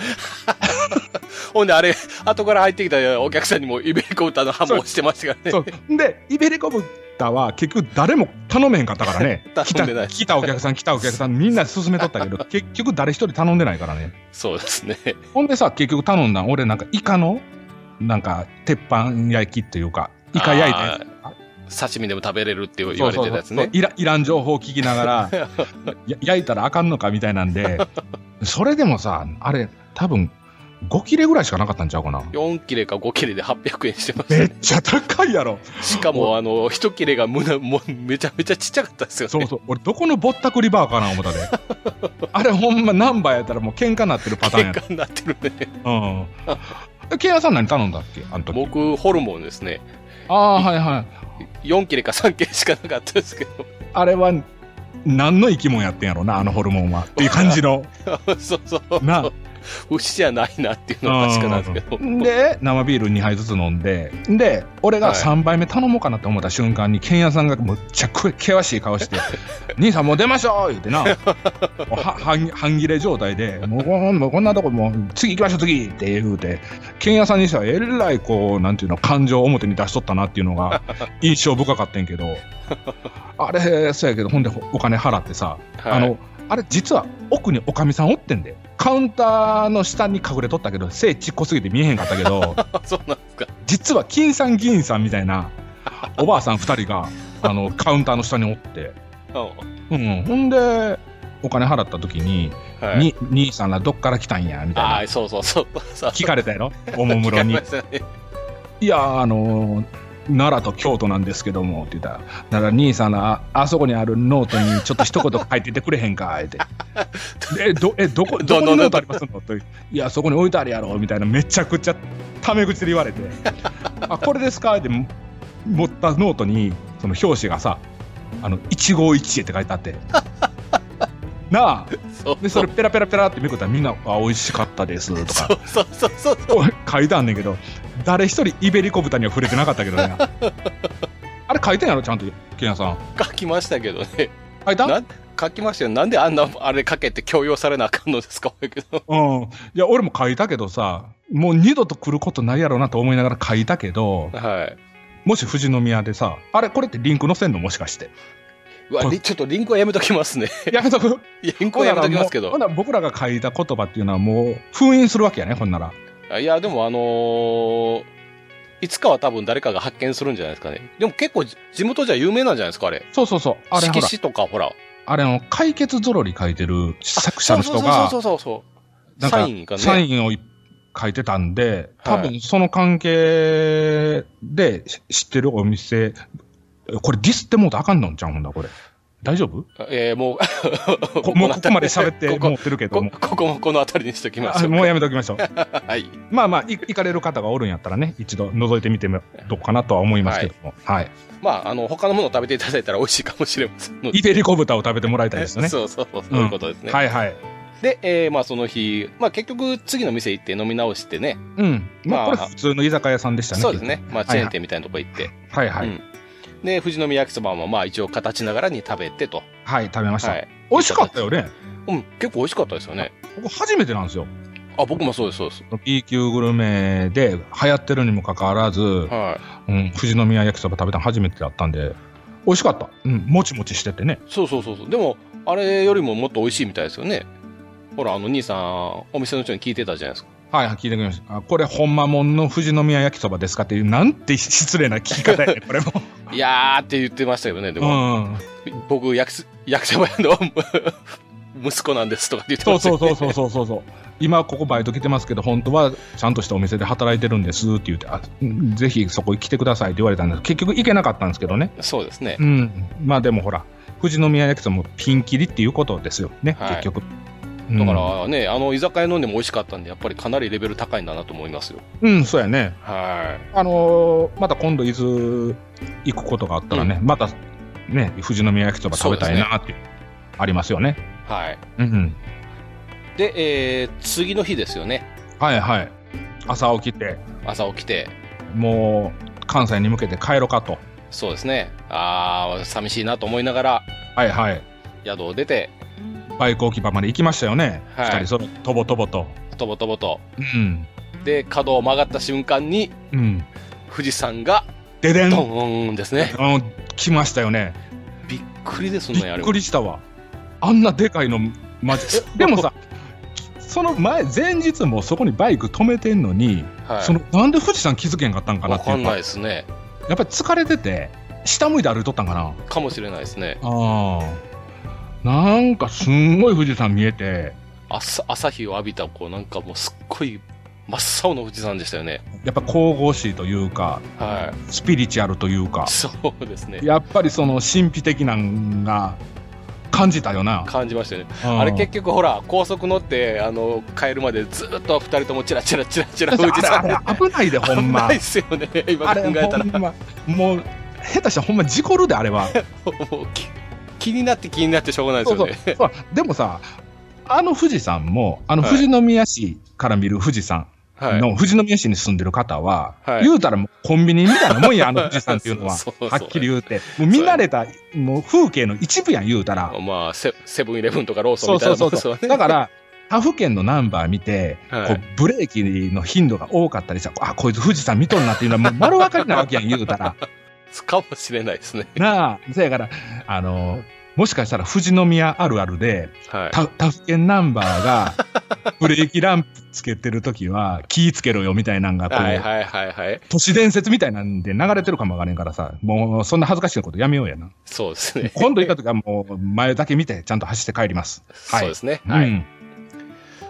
Speaker 1: ほんであれ後から入ってきたお客さんにもイベリコ豚のハムをしてましたからね。
Speaker 2: そうで、イベリコ豚は結局誰も頼めんかったから [laughs] ね
Speaker 1: 頼んでない
Speaker 2: 来た来たお客さん、来たお客さん、みんな勧めとったけ [laughs] ど、結局誰一人頼んでないからね。
Speaker 1: そうですね
Speaker 2: ほんでさ、結局頼んだん俺なんかイカの、なんか鉄板焼きっていうか、イカ焼いたやつ。
Speaker 1: 刺身でも食べれるって言われてたやつ
Speaker 2: そうそうそう
Speaker 1: ね
Speaker 2: いらいらん情報を聞きな [laughs] がらや焼いたらあかんのかみたいなんでそれでもさあれ多分5切れぐらいしかなかったんちゃうかな
Speaker 1: 4切れか5切れで800円してま
Speaker 2: め
Speaker 1: し
Speaker 2: っちゃ高いやろ
Speaker 1: たしかもあの1切れがむなもうめちゃめちゃちっちゃかったですよ
Speaker 2: そ
Speaker 1: ね
Speaker 2: うそう俺どこのぼったくりバーかな思ったで
Speaker 1: [laughs]
Speaker 2: あれほんまナンバーやったらもう喧嘩なってるパターンや
Speaker 1: 喧嘩になってるね
Speaker 2: うんえケイヤさん何頼んだっけあの
Speaker 1: [laughs]
Speaker 2: 時
Speaker 1: 僕ホルモンですね
Speaker 2: ああはいはい
Speaker 1: 4切れか3切れしかなかったですけど [laughs]
Speaker 2: あれは何の生き物やってんやろなあのホルモンはっていう感
Speaker 1: [laughs]
Speaker 2: じの
Speaker 1: そうそう
Speaker 2: な
Speaker 1: 牛じゃないなっていうのは確かなんですけど
Speaker 2: で生ビール2杯ずつ飲んでで俺
Speaker 1: は
Speaker 2: が
Speaker 1: い
Speaker 2: 3杯目頼もうかなって思った瞬間に剣屋さんがむっちゃく険しい
Speaker 1: [laughs]
Speaker 2: 顔して「兄さんもう出ましょう!」言ってなもうは半半切れ状態で「もうこんもうこんなとこもう次行きましょう次!」って言うて剣屋さんにしてはえらいこうなんていうの感情を表に出しとったなっていうのが印象深かったんやけどあれそうやけどほんでお金払ってさ、
Speaker 1: はい
Speaker 2: あのあれ実は奥におかみさんおってんでカウンターの下に隠れとったけど背ちっこすぎて見えへんかったけど
Speaker 1: [laughs] あ [laughs] そうなんですか
Speaker 2: 実は金さん銀さんみたいなおばあさん2人があのカウンターの下におって、
Speaker 1: うん
Speaker 2: うんうんほんでお金払った時に,、
Speaker 1: はい
Speaker 2: に兄さんらどっから来たんやみたい
Speaker 1: あ
Speaker 2: な
Speaker 1: あそうそうそうそう
Speaker 2: 聞かれたやろおもむろ
Speaker 1: [laughs] 聞
Speaker 2: に
Speaker 1: かれましたね
Speaker 2: 「いやあの奈良と京都なんですけども」って言ったら「なら兄さんらああそこにあるノートにちょっと一言書いててくれへんか」 [laughs] って「えどえどこどこにノートありますの?」と「いやそこに置いてあるやろ」みたいなめちゃくちゃタメ口で言われて「あこれですか?」って持ったノートにその表紙がさ「あの一期一会」って書いてあ [laughs] って。なあ
Speaker 1: そう
Speaker 2: でそれペラペラペラってめくったらみんな「あ美味しかったです」とか
Speaker 1: そうそうそうそう
Speaker 2: おい [laughs] 書いてあんねんけど誰一人イベリコ豚には触れてなかったけ
Speaker 1: [laughs]
Speaker 2: どねあれ書いてんやろちゃんとケンヤさん
Speaker 1: 書きましたけどね
Speaker 2: 書いた
Speaker 1: な書きましたよなんであんなあれかけて強要されなあかんのですかだけど
Speaker 2: うんいや俺も書いたけどさもう二度と来ることないやろうなと思いながら書いたけど
Speaker 1: はい
Speaker 2: もし富士宮でさあれこれってリンク載せんのもし
Speaker 1: [laughs]
Speaker 2: かして
Speaker 1: うわりちょっとリンクはやめときますね
Speaker 2: やめとく
Speaker 1: リンクはやめときますけ
Speaker 2: ほ
Speaker 1: ど
Speaker 2: んなら僕らが書いた言葉っていうのはもう封印するわけやねほんなら
Speaker 1: いやでもあのーいつかは多分誰かが発見するんじゃないですかねでも結構じ地元じゃ有名なんじゃないですかあれ
Speaker 2: そうそうそうあれほ
Speaker 1: 色
Speaker 2: ら
Speaker 1: 紙とかほら
Speaker 2: あれの解決ぞろり書いてる作者の人
Speaker 1: そ
Speaker 2: が
Speaker 1: うそうそうそうそうそう
Speaker 2: なんか
Speaker 1: サインがね
Speaker 2: サインをい書いてたんで、多
Speaker 1: は
Speaker 2: 分その関係でし知ってるお店、これディスってもうとあかんのんちゃうほんだ、これ。大丈夫
Speaker 1: えーもう、
Speaker 2: こもうここまで喋って
Speaker 1: ここ
Speaker 2: もってるけど
Speaker 1: こ
Speaker 2: も。
Speaker 1: ここもこの辺りにしときまし
Speaker 2: あ
Speaker 1: ょう。
Speaker 2: もうやめときましょう。
Speaker 1: はい。
Speaker 2: まあまあ、い行かれる方がおるんやったらね、一度覗いてみてもどうかなとは思いますけども。はい。
Speaker 1: まあ、あの、他のものを食べていただいたら美味しいかもしれませんので。
Speaker 2: イベリコ豚を食べてもらいたいですね。
Speaker 1: そうそうそう、そういうことですね。
Speaker 2: はいはい。
Speaker 1: で、えーまあその日、まあ結局次の店行って飲み直してね、
Speaker 2: うん。まあ、こ
Speaker 1: まあ
Speaker 2: れ普通の居酒屋さんでしたね。
Speaker 1: そうですね、まあチェーン
Speaker 2: はい
Speaker 1: 店みたいなとこ行って、
Speaker 2: はいはい。
Speaker 1: うんで、富士宮焼きそばもまあ一応形ながらに食べてと。
Speaker 2: はい、食べました。
Speaker 1: はい。
Speaker 2: 美味しかったよね。
Speaker 1: うん、結構美味しかったですよね。
Speaker 2: 僕初めてなんですよ。
Speaker 1: あ、僕もそうです、そうです。
Speaker 2: B 級グルメで流行ってるにもかかわらず、
Speaker 1: はい。
Speaker 2: うん、富士宮焼きそば食べたの初めてだったんで、美味しかった。うん、もちもちしててね。
Speaker 1: そうそうそうそう。でも、あれよりももっと美味しいみたいですよね。ほら、あの兄さん、お店の人に聞いてたじゃないですか。
Speaker 2: はい、聞いてくれました。あこれ、ほんまもんの富士宮焼きそばですかっていう、なんて失礼な聞き方 [laughs] やね、これも。
Speaker 1: いやーって言ってましたよね、でも。
Speaker 2: うん。
Speaker 1: 僕焼きす、 [laughs] 焼きそば屋の息子なんですとかって言って
Speaker 2: そ
Speaker 1: ま
Speaker 2: う
Speaker 1: したよ
Speaker 2: そう
Speaker 1: ね
Speaker 2: そうそうそうそうそう。今ここバイト来てますけど本当はちゃんとしたお店で働いてるんですって言ってあうんぜひそこに来てくださいって言われたんです結局行けなかったんですけどね
Speaker 1: そうですね
Speaker 2: う。んまあでもほら富士宮焼きそばもピンキリっていうことですよね、
Speaker 1: はい
Speaker 2: 結局
Speaker 1: だか
Speaker 2: うん
Speaker 1: らね、あの居酒屋飲んでも美味しかったんで、やっぱりかなりレベル高いんだなと思いますよ。
Speaker 2: うんそうやね
Speaker 1: は
Speaker 2: あのーまた今度伊豆行くことがあったらね、またね富士宮焼きそば食べたいなっていうありますよね
Speaker 1: い。はい。
Speaker 2: うんうん
Speaker 1: で、えー次の日ですよね。
Speaker 2: はいはい朝起きて
Speaker 1: 朝起きて。
Speaker 2: もう関西に向けて帰ろかと
Speaker 1: そうですね。あー、寂しいなと思いながら、
Speaker 2: はいはい
Speaker 1: 宿を出て、
Speaker 2: バイク置き場まで行きましたよね、
Speaker 1: はい
Speaker 2: 2人そろってとぼとぼと
Speaker 1: とぼとぼと。
Speaker 2: うん
Speaker 1: で、角を曲がった瞬間に、
Speaker 2: うん
Speaker 1: 富士山が、
Speaker 2: ででん
Speaker 1: ドーンですね。
Speaker 2: うん来ましたよね
Speaker 1: びっくりです
Speaker 2: び
Speaker 1: ね、あ
Speaker 2: っ
Speaker 1: れ
Speaker 2: くりしたわあんなでかいのマジでもさその前前日もそこにバイク止めてんのに、
Speaker 1: はい。
Speaker 2: そのなんで富士山気づけんかったんかな
Speaker 1: わ
Speaker 2: ってい
Speaker 1: か
Speaker 2: うん
Speaker 1: ないですね。
Speaker 2: やっぱり疲れてて下向いて歩いとったんかな
Speaker 1: かもしれないですね。
Speaker 2: あーなんかすんごい富士山見えて
Speaker 1: 朝朝日を浴びた、こう、なんかもうすっごい真っ青の富士山でしたよね。
Speaker 2: やっぱ神々しいというか
Speaker 1: は
Speaker 2: スピリチュアルというか
Speaker 1: い。そうですね。
Speaker 2: やっぱりその神秘的なんが感じたよな。
Speaker 1: 感じましたよね。
Speaker 2: うん
Speaker 1: あれ結局ほら高速乗ってあの帰るまでずっと二人ともチラチラチラチラ富士
Speaker 2: あれ
Speaker 1: 山
Speaker 2: あれ危ない [laughs] でほんま。
Speaker 1: ないっすよね今
Speaker 2: あ
Speaker 1: 考
Speaker 2: れ
Speaker 1: えたら
Speaker 2: ほんまもう下手したらほんま事故るであれは。
Speaker 1: もうき気になって気になってしょうがないですよね
Speaker 2: そうそうでもさあの富士山もあの富士宮市から見る富士山
Speaker 1: はい
Speaker 2: の、富士宮市に住んでる方は、
Speaker 1: はい
Speaker 2: 言うたらもうコンビニみたいなもんやあの富士山っていうのは。
Speaker 1: [laughs] そうそう
Speaker 2: はっきり言うて、もう見慣れたもう風景の一部やん言うたら、
Speaker 1: まあセセブンイレブンとかローソン
Speaker 2: そ
Speaker 1: みた
Speaker 2: う
Speaker 1: いなもん
Speaker 2: そうそう
Speaker 1: で
Speaker 2: そ
Speaker 1: すわ
Speaker 2: う。
Speaker 1: ね
Speaker 2: だから、他府県のナンバー見て、
Speaker 1: はい
Speaker 2: こうブレーキの頻度が多かったりしたら、あ、こいつ富士山見とるなっていうのはもう丸分かりなわけやん、言う
Speaker 1: [laughs]
Speaker 2: たら。
Speaker 1: かもしれないですね
Speaker 2: なあ、そやから、あの、もしかしたら富士宮あるあるで、
Speaker 1: はい
Speaker 2: 他他府県ナンバーがブレーキランプつけてるときは、気ぃつけろよみたいなんが、こう、
Speaker 1: はいはいはいはい
Speaker 2: 都市伝説みたいなんで流れてるかもわからんからさ、もうそんな恥ずかしいことやめようやな。
Speaker 1: そうですね
Speaker 2: 今度行ったときはもう前だけ見て、ちゃんと走って帰ります。はい。
Speaker 1: そうですねはい、
Speaker 2: うん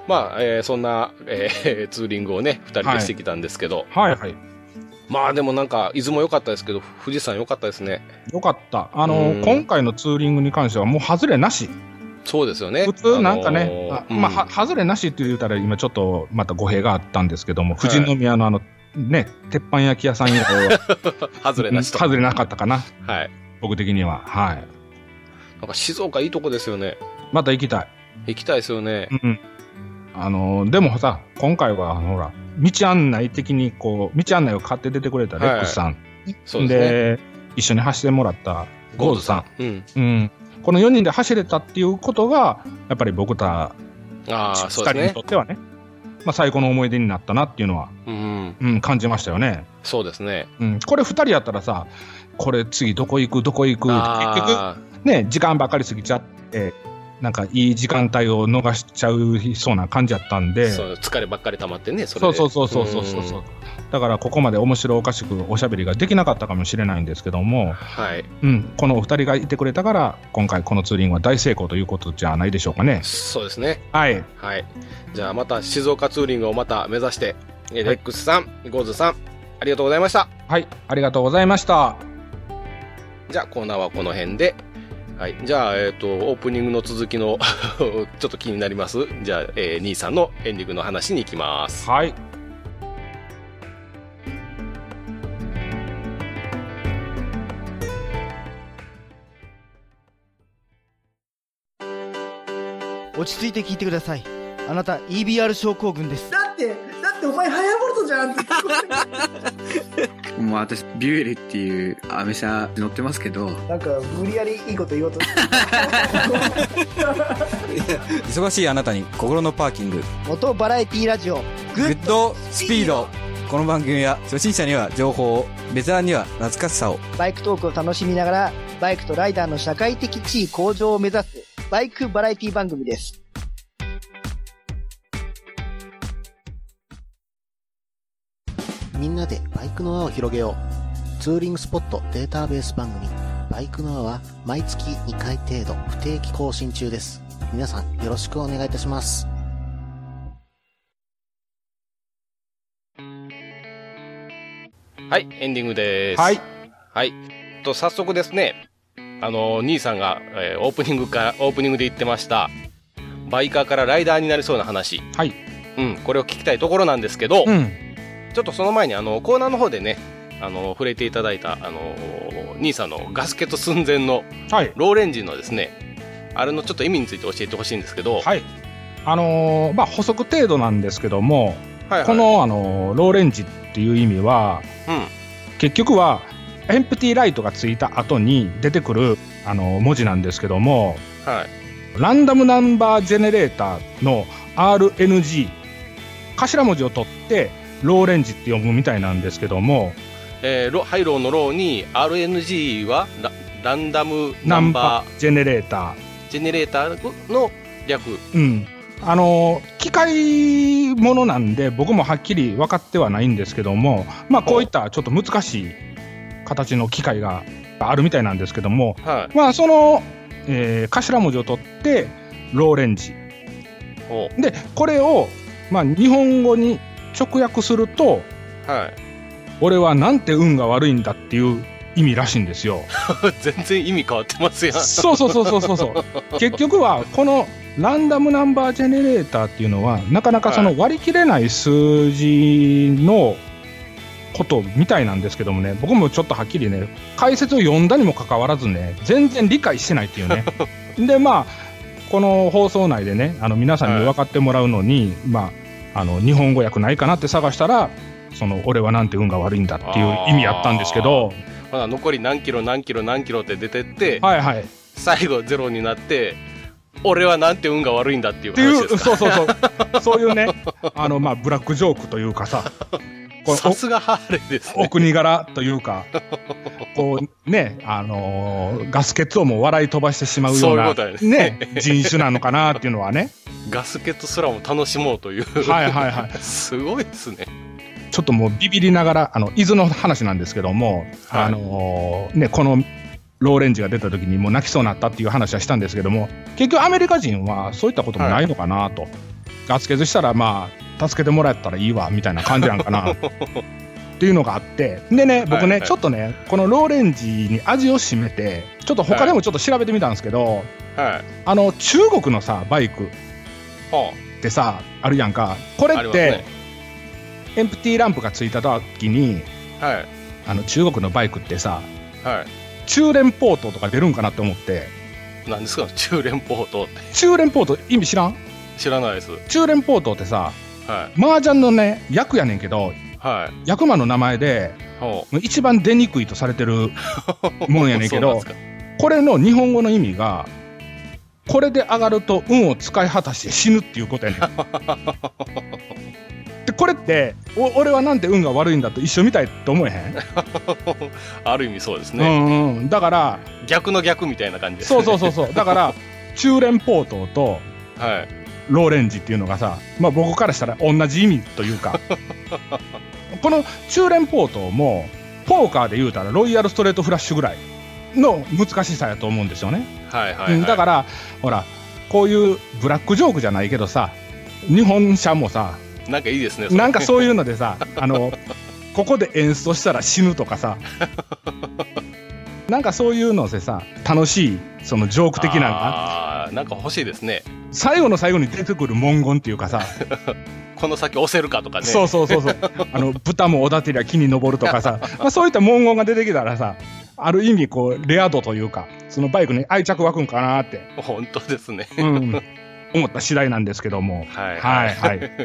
Speaker 1: まあ、えーそんな、えーツーリングをね二人でしてきたんですけど、
Speaker 2: はいはい。
Speaker 1: まあでもなんか伊豆も良かったですけど富士山良かったですね
Speaker 2: よかった。あ
Speaker 1: う
Speaker 2: の
Speaker 1: ん、
Speaker 2: 今回のツーリングに関しては、もう外れなし。
Speaker 1: そうですよね
Speaker 2: 普通なんかね、
Speaker 1: あのー
Speaker 2: あまあ、
Speaker 1: うん
Speaker 2: は外れなしって言うたら、今ちょっとまた語弊があったんですけども、富士宮のあの、ね、鉄板焼き屋さん以外は、
Speaker 1: 外れなしと。
Speaker 2: 外れなかったかな、
Speaker 1: はい。
Speaker 2: 僕的には。はい。
Speaker 1: なんか静岡いいとこですよね。
Speaker 2: また行きたい。
Speaker 1: 行きたいですよね。
Speaker 2: うん。あのー、でもさ、今回は、あのほら、道案内的に、こう、道案内を買って出てくれたレックスさん、
Speaker 1: そうですね。
Speaker 2: で、一緒に走ってもらったゴーズさ
Speaker 1: うん。
Speaker 2: ん。うん。この4人で走れたっていうことが、やっぱり僕た
Speaker 1: ああ、
Speaker 2: 2
Speaker 1: そう
Speaker 2: 人
Speaker 1: で
Speaker 2: に
Speaker 1: す
Speaker 2: と
Speaker 1: ね。
Speaker 2: ってはねまあ、最高の思い出になったなっていうのは、
Speaker 1: うん。
Speaker 2: うん、感じましたよね、
Speaker 1: そうですね。
Speaker 2: うん、これ2人やったらさこれ次どこ行くどこ行く結
Speaker 1: あ
Speaker 2: 局ね時間ばっかり過ぎちゃってなんかいい時間帯を逃しちゃうそうな感じやったん
Speaker 1: あ、
Speaker 2: で
Speaker 1: そう疲ればっかり溜まってね、それ
Speaker 2: そう
Speaker 1: で
Speaker 2: そうそうそうそうそうそう
Speaker 1: うん
Speaker 2: だからここまで面白おかしくおしゃべりができなかったかもしれないんですけども、
Speaker 1: はい
Speaker 2: うん、このお二人がいてくれたから今回このツーリングは大成功ということじゃないでしょうかね
Speaker 1: そうですね
Speaker 2: はい
Speaker 1: はいじゃあまた静岡ツーリングをまた目指してえレックスさん、ゴーズさんありがとうございました
Speaker 2: はいありがとうございました
Speaker 1: じゃあコーナーはこの辺ではいじゃあえっ、とオープニングの続きの [laughs] ちょっと気になりますじゃあ、えー兄さんのエンディングの話に行きます
Speaker 2: はい
Speaker 9: 落ち着いて聞いてくださいあなた EBR 症候群です
Speaker 10: だって、だってお前ハヤボルトじゃんって。
Speaker 11: [laughs] もう私、ビュエルっていうアメ車乗ってますけど、
Speaker 10: なんか、無理やりいいこと言おうと。
Speaker 6: 忙しいあなたに心のパーキング
Speaker 9: [laughs] 元バラエティラジオ
Speaker 6: グッドスピードこの番組は初心者には情報をベテランには懐かしさを
Speaker 9: バイクトークを楽しみながらバイクとライダーの社会的地位向上を目指すバイクバラエティ番組です
Speaker 12: みんなでバイクの輪を広げよう。ツーリングスポットデータベース番組、バイクの輪は毎月2回程度不定期更新中です。皆さんよろしくお願いいたします。
Speaker 1: はい、エンディングです。
Speaker 2: はい。
Speaker 1: はい。と、早速ですね、あの、兄さんが、えーオープニングから、オープニングで言ってました、バイカーからライダーになりそうな話。
Speaker 2: はい。
Speaker 1: うん、これを聞きたいところなんですけど、
Speaker 2: うん
Speaker 1: ちょっとその前に、あの、コーナーの方でね、あの、触れていただいた、あの、兄さんのガスケット寸前の、
Speaker 2: はい
Speaker 1: ローレンジのですね、あれのちょっと意味について教えてほしいんですけど、
Speaker 2: はいあのーまあ補足程度なんですけども、
Speaker 1: はいはい
Speaker 2: この、あのーローレンジっていう意味は
Speaker 1: うん。
Speaker 2: 結局はエンプティライトがついた後に出てくる、あのー文字なんですけども
Speaker 1: はい。
Speaker 2: ランダムナンバージェネレーターの RNG 頭文字を取ってローレンジって読むみたいなんですけども
Speaker 1: えーロハイローのローに、RNG はラ、ランダムナ
Speaker 2: ナン
Speaker 1: ンバ
Speaker 2: バ
Speaker 1: ー
Speaker 2: ージェネレータ
Speaker 1: ジェネレーターの略
Speaker 2: ーうんあのー機械ものなんで僕もはっきり分かってはないんですけどもまあこういったちょっと難しい形の機械があるみたいなんですけども
Speaker 1: はい
Speaker 2: まあその、えー頭文字を取ってローレンジ
Speaker 1: お
Speaker 2: でこれを、まあ、日本語に直訳すると
Speaker 1: はい [laughs]
Speaker 2: 俺はなんて運が悪いんだっていう意味らしいんですよ
Speaker 1: 全然意味変わって [laughs] ますやん
Speaker 2: そうそうそうそうそうそう結局はこのランダムナンバージェネレーターっていうのはなかなかその割り切れない数字のことみたいなんですけどもね僕もちょっとはっきりね解説を読んだにもかかわらずね全然理解してないっていうねでまあこの放送内でねあの皆さんに分かってもらうのに、まああの日本語訳ないかなって探したらその俺はなんて運が悪いんだっていう意味やったんですけど
Speaker 1: まだ残り何キロ何キロ何キロって出てって、
Speaker 2: はいはい
Speaker 1: 最後ゼロになって俺はなんて運が悪いんだっていう
Speaker 2: ってい
Speaker 1: 話で
Speaker 2: う、そうそうそう、そういうね、あのまあブラックジョークというかさ、さす
Speaker 1: がハーレーです、
Speaker 2: お国柄というか、こうね、あのーガス欠をもう笑い飛ばしてしまうよ
Speaker 1: そ
Speaker 2: うな
Speaker 1: ういうことやね
Speaker 2: ね人種なのかなっていうのはね、
Speaker 1: すガスケットすらも楽しもうと [laughs] いう
Speaker 2: はいはいはい
Speaker 1: すごいですね
Speaker 2: ちょっともうビビりながら、あの伊豆の話なんですけども、あのーねこの。ローレンジが出た時にもう泣きそうになったっていう話はしたんですけども結局アメリカ人はそういったこともないのかなと、ガス欠したらまあ助けてもらったらいいわみたいな感じなん
Speaker 1: [laughs]
Speaker 2: かなっていうのがあってでね僕ね、
Speaker 1: はいはい
Speaker 2: ちょっとねこのローレンジに味を占めてちょっと他でもちょっと調べてみたんですけど、
Speaker 1: はい
Speaker 2: あの中国のさバイクっ
Speaker 1: は
Speaker 2: てさあるやんかこれ
Speaker 1: あり
Speaker 2: っ
Speaker 1: ます
Speaker 2: て、
Speaker 1: ね
Speaker 2: エンプティーランプがついた時に
Speaker 1: あはい
Speaker 2: あの中国のバイクってさ
Speaker 1: は
Speaker 2: 中連ポートとか出るんかなって思って
Speaker 1: い何ですか [laughs] 中連ポートって
Speaker 2: 中連ポート意味知らん
Speaker 1: 知らないですは
Speaker 2: 中連ポートってさ
Speaker 1: い
Speaker 2: 麻雀のね役やねんけど
Speaker 1: はい
Speaker 2: 役魔の名前で
Speaker 1: ほ
Speaker 2: 一番出にくいとされてる
Speaker 1: う
Speaker 2: もんやねんけど
Speaker 1: そうなんです
Speaker 2: これの日本語の意味がこれで上がると運を使い果たして死ぬっていうことやねんでこれってお俺はなんて運が悪いんだと一緒みたいと思えへん、
Speaker 1: か [laughs] ある意味そうです
Speaker 2: う
Speaker 1: ね、
Speaker 2: んうんだから
Speaker 1: 逆の逆みたいな感じです、
Speaker 2: そ
Speaker 1: ね、
Speaker 2: うそうそうそうだから中連ポートと
Speaker 1: はい [laughs]
Speaker 2: ローレンジっていうのがさ、まあ、僕からしたら同じ意味というかこの中連ポートもポーカーで言うたらロイヤルストレートフラッシュぐらいの難しさやと思うんですよね、
Speaker 1: はいはい、はい、
Speaker 2: だからほらこういうブラックジョークじゃないけどさ日本車もさ
Speaker 1: なんかいいですね
Speaker 2: なんかそういうのでさあのここで演奏したら死ぬとか
Speaker 1: [laughs]
Speaker 2: さなんかそういうのでさ楽しいそのジョーク的なの
Speaker 1: がなんか欲しいですね
Speaker 2: 最後の最後に出てくる文言っていうかさ
Speaker 1: この先押せるかとかね
Speaker 2: そうそうそうそう
Speaker 1: [laughs]
Speaker 2: あの豚もおだてりゃ木に登るとかさ、まあ、そういった文言が出てきたらさある意味こうレア度というかそのバイクに愛着湧くんかなって
Speaker 1: 本当ですね、
Speaker 2: うん、思った次第なんですけども
Speaker 1: はい
Speaker 2: はいはい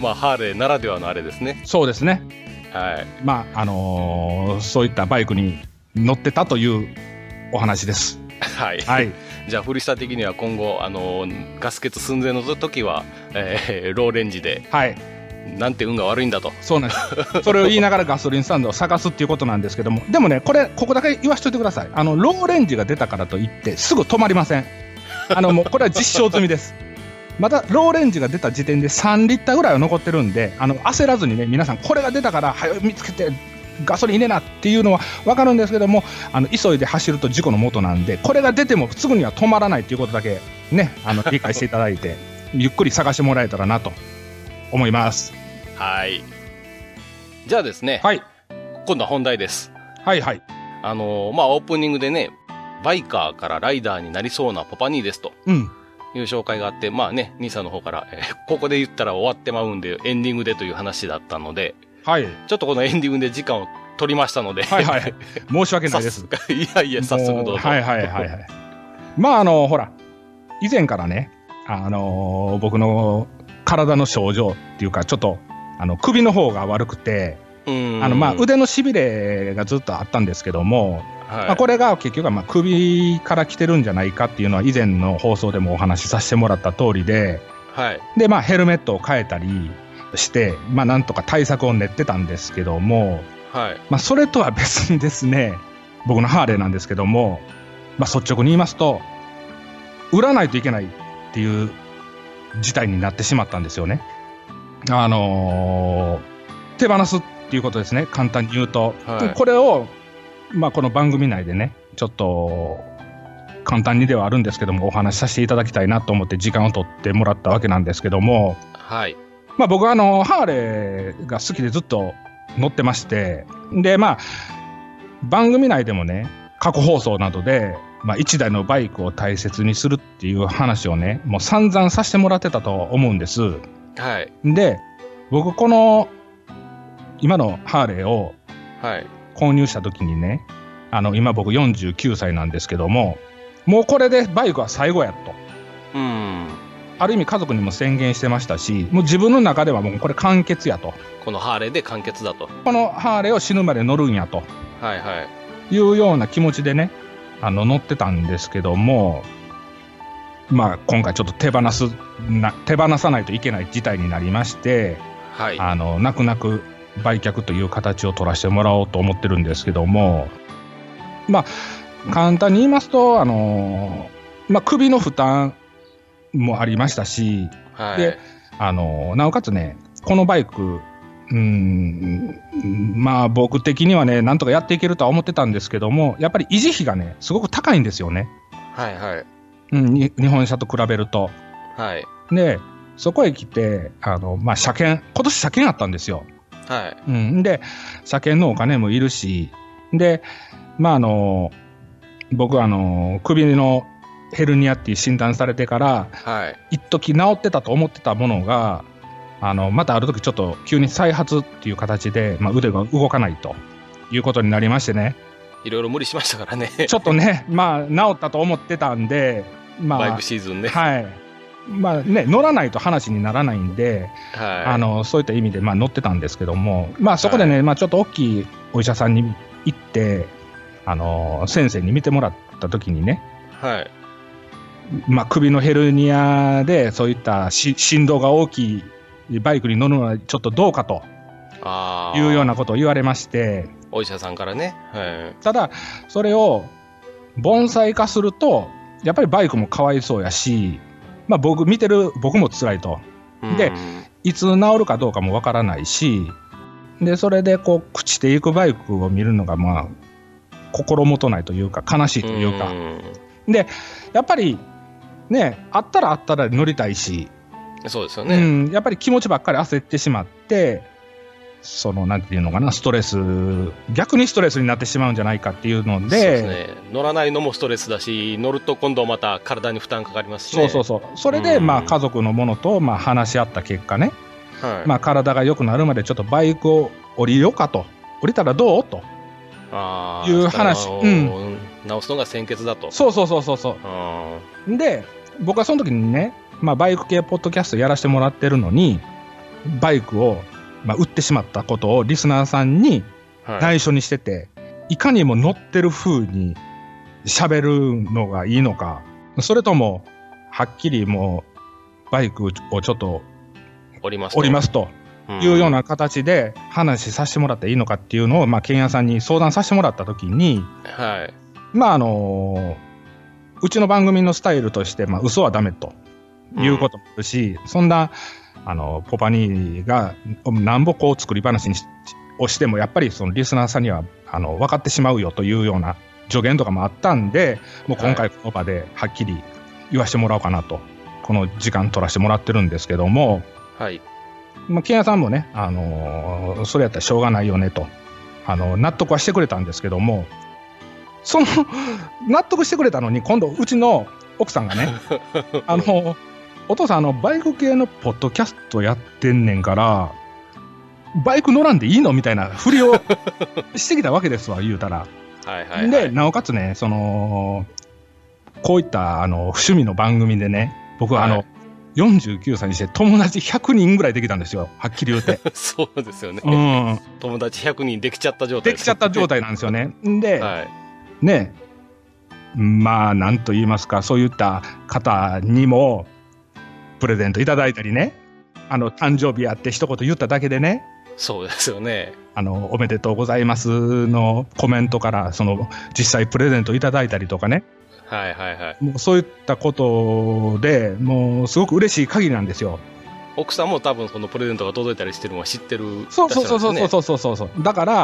Speaker 1: まあハーレーならではのあれですね
Speaker 2: そうですね
Speaker 1: はい
Speaker 2: まああのー、そういったバイクに乗ってたというお話です
Speaker 1: はい、
Speaker 2: はい、
Speaker 1: じゃあフリスタ的には今後、あのー、ガス欠寸前の時は、えー、ローレンジで、
Speaker 2: はい、
Speaker 1: なんて運が悪いんだと
Speaker 2: そうなんですそれを言いながらガソリンスタンドを探すっていうことなんですけどもでもねこれここだけ言わしといてくださいあのローレンジが出たからといってすぐ止まりませんあのもうこれは実証済みですまたローレンジが出た時点で3リッターぐらいは残ってるんであの焦らずにね皆さんこれが出たから早見つけてガソリン入れなっていうのは分かるんですけどもあの急いで走ると事故の元なんでこれが出てもすぐには止まらないということだけねあの理解していただいてゆっくり探してもらえたらなと思います
Speaker 1: はいじゃあですね、
Speaker 2: はい、
Speaker 1: 今度は本題です
Speaker 2: はいはい
Speaker 1: あのー、まあオープニングでねバイカーからライダーになりそうなパパニーですと、
Speaker 2: うん、
Speaker 1: いう紹介があって、まあね、兄さんの方から、えー、ここで言ったら終わってまうんで、エンディングでという話だったので、
Speaker 2: はい。
Speaker 1: ちょっとこのエンディングで時間を取りましたので。
Speaker 2: はいはい。 [laughs] 申し訳ないです。
Speaker 1: いやいや、 [laughs] 早速どうぞ。
Speaker 2: はいはいはいはい。 [laughs] まああの、ほら、以前からね、あのー、僕の体の症状っていうか、ちょっと、あの、首の方が悪くて、
Speaker 1: あ
Speaker 2: の、まあ腕のしびれがずっとあったんですけども、
Speaker 1: はい、
Speaker 2: まあこれが結局はまあ首から来てるんじゃないかっていうのは以前の放送でもお話しさせてもらった通りで、
Speaker 1: はい、
Speaker 2: でまあヘルメットを変えたり、して、まあ、なんとか対策を練ってたんですけども、
Speaker 1: はい
Speaker 2: まあ、それとは別にですね僕のハーレーなんですけども、まあ、率直に言いますと売らないといけないっていう事態になってしまったんですよね。あのー、手放すっていうことですね簡単に言うと、
Speaker 1: はい、
Speaker 2: これを、まあ、この番組内でねちょっと簡単にではあるんですけどもお話しさせていただきたいなと思って時間を取ってもらったわけなんですけども、
Speaker 1: はい、
Speaker 2: まあ、僕はあのハーレーが好きでずっと乗ってましてでまあ番組内でもね過去放送などで、まあ、1台のバイクを大切にするっていう話をねもう散々させてもらってたと思うんです。
Speaker 1: はい、
Speaker 2: で僕この今のハーレーを購入した時にね、あの今僕49歳なんですけどももうこれでバイクは最後やと。
Speaker 1: うん
Speaker 2: ある意味家族にも宣言してましたしもう自分の中ではもうこれ完結やと
Speaker 1: このハーレーで完結だと
Speaker 2: このハーレーを死ぬまで乗るんやと
Speaker 1: はいはい
Speaker 2: いうような気持ちでねあの乗ってたんですけどもまあ今回ちょっと手放すな手放さないといけない事態になりまして、
Speaker 1: はい、
Speaker 2: あの泣く泣く売却という形を取らせてもらおうと思ってるんですけどもまあ簡単に言いますとあの、まあ、首の負担もありましたし、
Speaker 1: はい、
Speaker 2: であのなおかつね、このバイク、うんまあ、僕的にはね、なんとかやっていけるとは思ってたんですけども、やっぱり維持費がね、すごく高いんですよね、
Speaker 1: はいはい
Speaker 2: うん、日本車と比べると。
Speaker 1: はい、
Speaker 2: で、そこへ来て、あのまあ、車検、今年車検あったんですよ。
Speaker 1: はい
Speaker 2: うん、で、車検のお金もいるし、で、まあ、あの僕あの、首のヘルニアって診断されてから、
Speaker 1: はい、
Speaker 2: 一時治ってたと思ってたものがあのまたある時ちょっと急に再発っていう形で、まあ、腕が動かないということになりましてね
Speaker 1: いろいろ無理しましたからね
Speaker 2: ちょっとねまあ治ったと思ってたんで、まあ、
Speaker 1: バイクシーズンね
Speaker 2: はいまあね乗らないと話にならないんで、
Speaker 1: はい、
Speaker 2: あのそういった意味で、まあ、乗ってたんですけども、まあ、そこでね、はい、まあ、ちょっと大きいお医者さんに行ってあの先生に見てもらった時にね、
Speaker 1: はい、
Speaker 2: まあ、首のヘルニアでそういった振動が大きいバイクに乗るのはちょっとどうかというようなことを言われまして
Speaker 1: お医者さんからね、はい、
Speaker 2: ただそれを盆栽化するとやっぱりバイクもかわいそうやし、まあ、僕見てる僕も辛いと、でいつ治るかどうかもわからないしで、それでこう、朽ちていくバイクを見るのが、まあ、心もとないというか、悲しいというか。で、やっぱり、ね、あったらあったら乗りたいし、
Speaker 1: そうですよ
Speaker 2: う
Speaker 1: ね。
Speaker 2: ん、やっぱり気持ちばっかり焦ってしまって、その、なんていうのかな、ストレス、逆にストレスになってしまうんじゃないかっていうの
Speaker 1: そう
Speaker 2: で、
Speaker 1: ですね。乗らないのもストレスだし、乗ると今度また体に負担かかりますし、
Speaker 2: そ
Speaker 1: ね。
Speaker 2: うそうそう。それで、まあ、家族のものと、まあ、話し合った結果ね、
Speaker 1: はい。
Speaker 2: まあ、体が良くなるまでちょっとバイクを降りようかと。降りたらどうと。
Speaker 1: あ
Speaker 2: いう話
Speaker 1: を
Speaker 2: うん
Speaker 1: 直すのが先決だと。
Speaker 2: そうそうそうそうそう
Speaker 1: あ
Speaker 2: で、僕はその時にね、まあ、バイク系ポッドキャストやらせてもらってるのに、バイクを、まあ、売ってしまったことをリスナーさんに
Speaker 1: はい
Speaker 2: 内緒にしてて、い、かにも乗ってる風に喋るのがいいのか、それとも、はっきりもう、バイクをちょっと
Speaker 1: ーおりますと。
Speaker 2: おりますと
Speaker 1: うん
Speaker 2: いうような形で話させてもらっていいのかっていうのを、まあ、ケンヤさんに相談させてもらった時に、
Speaker 1: はい。
Speaker 2: まああのうちの番組のスタイルとして、まあ、嘘はダメということもあるし、そんな、あのポパニーがなんぼこう作り話にしをしてもやっぱりそのリスナーさんにはあの分かってしまうよというような助言とかもあったんでもう今回この場ではっきり言わせてもらおうかなと、この時間取らせてもらってるんですけども。
Speaker 1: はい。
Speaker 2: まあ、ケンヤさんもね、あのーそれやったらしょうがないよねと、あの納得はしてくれたんですけども、その [laughs] 納得してくれたのに、今度、うちの奥さ
Speaker 1: [laughs]
Speaker 2: んがね、あのお父さんあの、バイク系のポッドキャストやってんねんから、バイク乗らんでいいのみたいなふ
Speaker 1: [laughs]
Speaker 2: りをしてきたわけですわ、言うたら。
Speaker 1: はいはい。
Speaker 2: で、なおかつね、その、こういったあの趣味の番組でね、僕はあの、49歳にして友達100人ぐらいできたんですよ、はっきり言う [laughs] て。
Speaker 1: [laughs] そうですよね。
Speaker 2: うん
Speaker 1: 友達100人できちゃった状態
Speaker 2: できちゃった状態なんですよ [laughs] ね。で、
Speaker 1: はい。
Speaker 2: ね、まあ、なんと言いますか、そういった方にも、プレゼントいただいたりね、あの、誕生日やって一言言っただけでね、
Speaker 1: そうですよね。
Speaker 2: あの、おめでとうございますのコメントから、その、実際プレゼントいただいたりとかね、
Speaker 1: はいはいはい。
Speaker 2: もうそういったことでもうすごく嬉しい限りなんですよ。
Speaker 1: 奥さんも多分そのプレゼントが届いたりしてるのは知ってる。。
Speaker 2: そうそうそうそうそううそうそうそう。だから、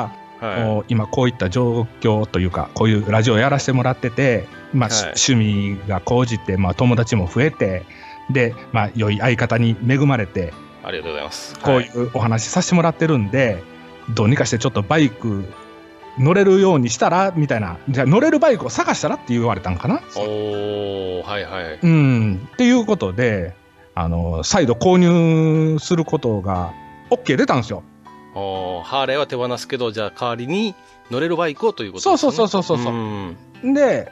Speaker 1: はい
Speaker 2: もう今こういった状況というかこういうラジオをやらせてもらってて、まあ
Speaker 1: はい
Speaker 2: 趣味が高じて、まあ、友達も増えてで、まあ、良い相方に恵まれて
Speaker 1: ありがとうございます。
Speaker 2: こういうお話させてもらってるんで、どうにかしてちょっとバイク乗れるようにしたらみたいなじゃあ乗れるバイクを探したらって言われたんかな。
Speaker 1: おー、はいはい。
Speaker 2: うん、っていうことで、あの、再度購入することが、OK 出たんですよ。
Speaker 1: おーハーレーは手放すけど、じゃあ代わりに乗れるバイクをということ
Speaker 2: そう
Speaker 1: です
Speaker 2: そう
Speaker 1: ね。
Speaker 2: そうそうそう
Speaker 1: う
Speaker 2: そう。
Speaker 1: ん
Speaker 2: で、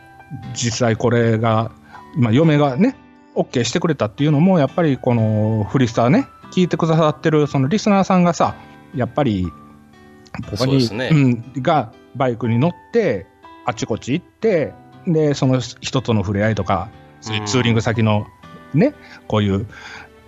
Speaker 2: 実際これが、まあ、嫁がね、OK してくれたっていうのも、やっぱりこのフリスターね、聞いてくださってるそのリスナーさんがさ、やっぱり、ここ
Speaker 1: そうで
Speaker 2: に
Speaker 1: すね
Speaker 2: うん、がバイクに乗って、あちこち行って、で、その人との触れ合いとか、そういうツーリング先のね、こういう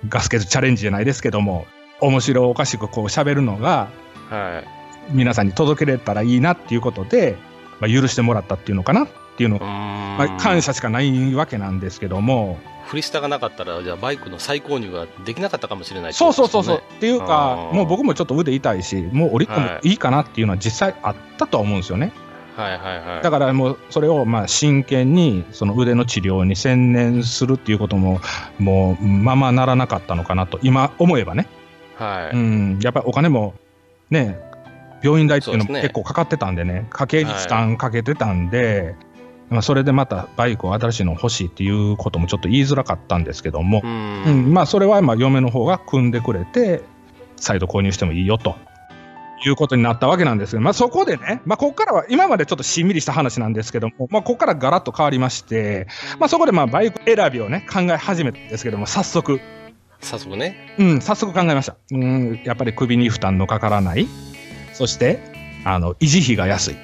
Speaker 2: ガスケツチャレンジじゃないですけども、面白おかしくこう喋るのが、
Speaker 1: はい。
Speaker 2: 皆さんに届けれたらいいなっていうことで、まあ、許してもらったっていうのかなっていうのまあ、感謝しかないわけなんですけども
Speaker 1: フリスタがなかったら、じゃあバイクの再購入ができなかったかもしれない
Speaker 2: そうそうそうそう、っていうか
Speaker 1: あー
Speaker 2: もう僕もちょっと腕痛いしもう降りても
Speaker 1: はい
Speaker 2: いいかなっていうのは実際あったとは思うんですよね、
Speaker 1: はいはいはい。
Speaker 2: だからもうそれをまあ真剣にその腕の治療に専念するっていうことももうままならなかったのかなと今思えばね、
Speaker 1: はい。
Speaker 2: うん、やっぱりお金もね病院代っていうの
Speaker 1: そ
Speaker 2: も
Speaker 1: うですね
Speaker 2: 結構かかってたんでね家計に負担かけてたんで、まあそれでまたバイクを新しいの欲しいっていうこともちょっと言いづらかったんですけども、
Speaker 1: うん
Speaker 2: うんまあ、それはまあ嫁の方が組んでくれて再度購入してもいいよと。いうことになったわけなんですけど、まあ、そこでね、まあ、ここからは、今までちょっとしんみりした話なんですけども、まあ、ここからガラッと変わりまして、まあ、そこでまあバイク選びをね、考え始めたんですけども、早速、
Speaker 1: 早速ね。
Speaker 2: うん、早速考えました。うん、やっぱり首に負担のかからない。そして、あの、維持費が安い。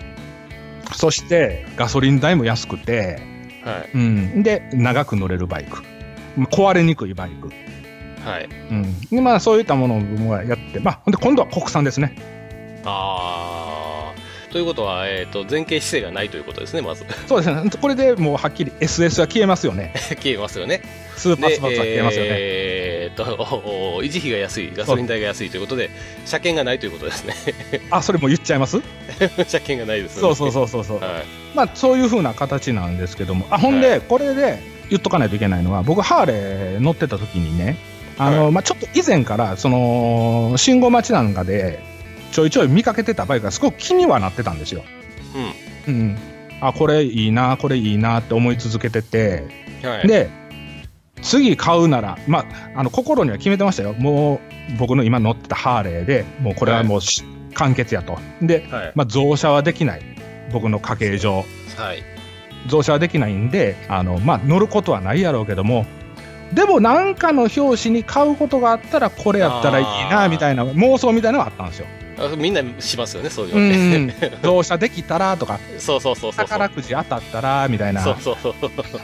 Speaker 2: そして、ガソリン代も安くて、
Speaker 1: はい。
Speaker 2: うん、で、長く乗れるバイク。まあ壊れにくいバイク。
Speaker 1: はい。
Speaker 2: うん。で、まあ、そういったものをやって、まあ、ほんで、今度は国産ですね。
Speaker 1: あー。ということは、えっ、と、前傾姿勢がないということですね、まず。 [laughs]
Speaker 2: そうですね。これでもう、はっきり SS は消えますよね。
Speaker 1: 消えますよね。
Speaker 2: スーパースパーツは消えますよね。
Speaker 1: えーと、 [laughs] 維持費が安い、ガソリン代が安いということで、車検がないということですね。 [laughs]
Speaker 2: あ、それも言っちゃいます
Speaker 1: 車検がないです
Speaker 2: そうそうそうそうそう。まあ、そういうふうな形なんですけども、あほんで、これで言っとかないといけないのは、僕、ハーレー乗ってた時にね、あのまあ、ちょっと以前からその信号待ちなんかでちょいちょい見かけてたバイクがすごく気にはなってたんですよ。うんうん、あこれいいなこれいいなって思い続けてて、
Speaker 1: はい
Speaker 2: で次買うなら、まあ、あの心には決めてましたよもう僕の今乗ってたハーレーでもうこれはもうし、完結やとで、
Speaker 1: はい
Speaker 2: まあ、増車はできない僕の家計上
Speaker 1: はい。
Speaker 2: 増車はできないんであの、まあ、乗ることはないやろうけどもでもなんかの表紙に買うことがあったらこれやったらいいなみたいな妄想みたいなのがあったんですよ。
Speaker 1: あみんなしますよね、そういう
Speaker 2: う
Speaker 1: のね。
Speaker 2: ん、同社できたらとか、
Speaker 1: [laughs] そうそうそうそう。
Speaker 2: 宝くじ当たったらみたいな、
Speaker 1: そうそうそう。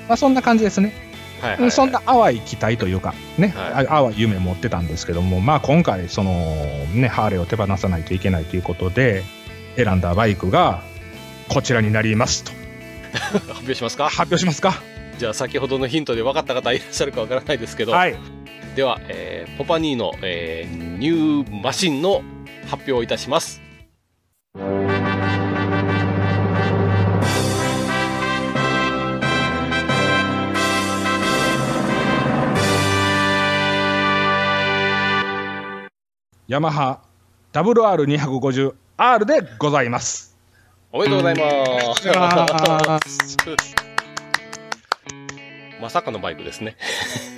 Speaker 2: まあ、そんな感じですね、
Speaker 1: はい
Speaker 2: うんそんな淡い期待というか、ねあ淡い夢持ってたんですけども、まあ、今回その、ね、ハーレーを手放さないといけないということで、選んだバイクがこちらになりますと、
Speaker 1: 発表しますか
Speaker 2: 発表しますか。
Speaker 1: じゃあ、先ほどのヒントで分かった方いらっしゃるか分からないですけど、
Speaker 2: はい
Speaker 1: では、えーポパニーの、えーニューマシンの発表をいたします。
Speaker 2: ヤマハ WR250R でございます。
Speaker 1: おめでとうございます。
Speaker 2: あ
Speaker 1: [laughs] まさかのバイクですね。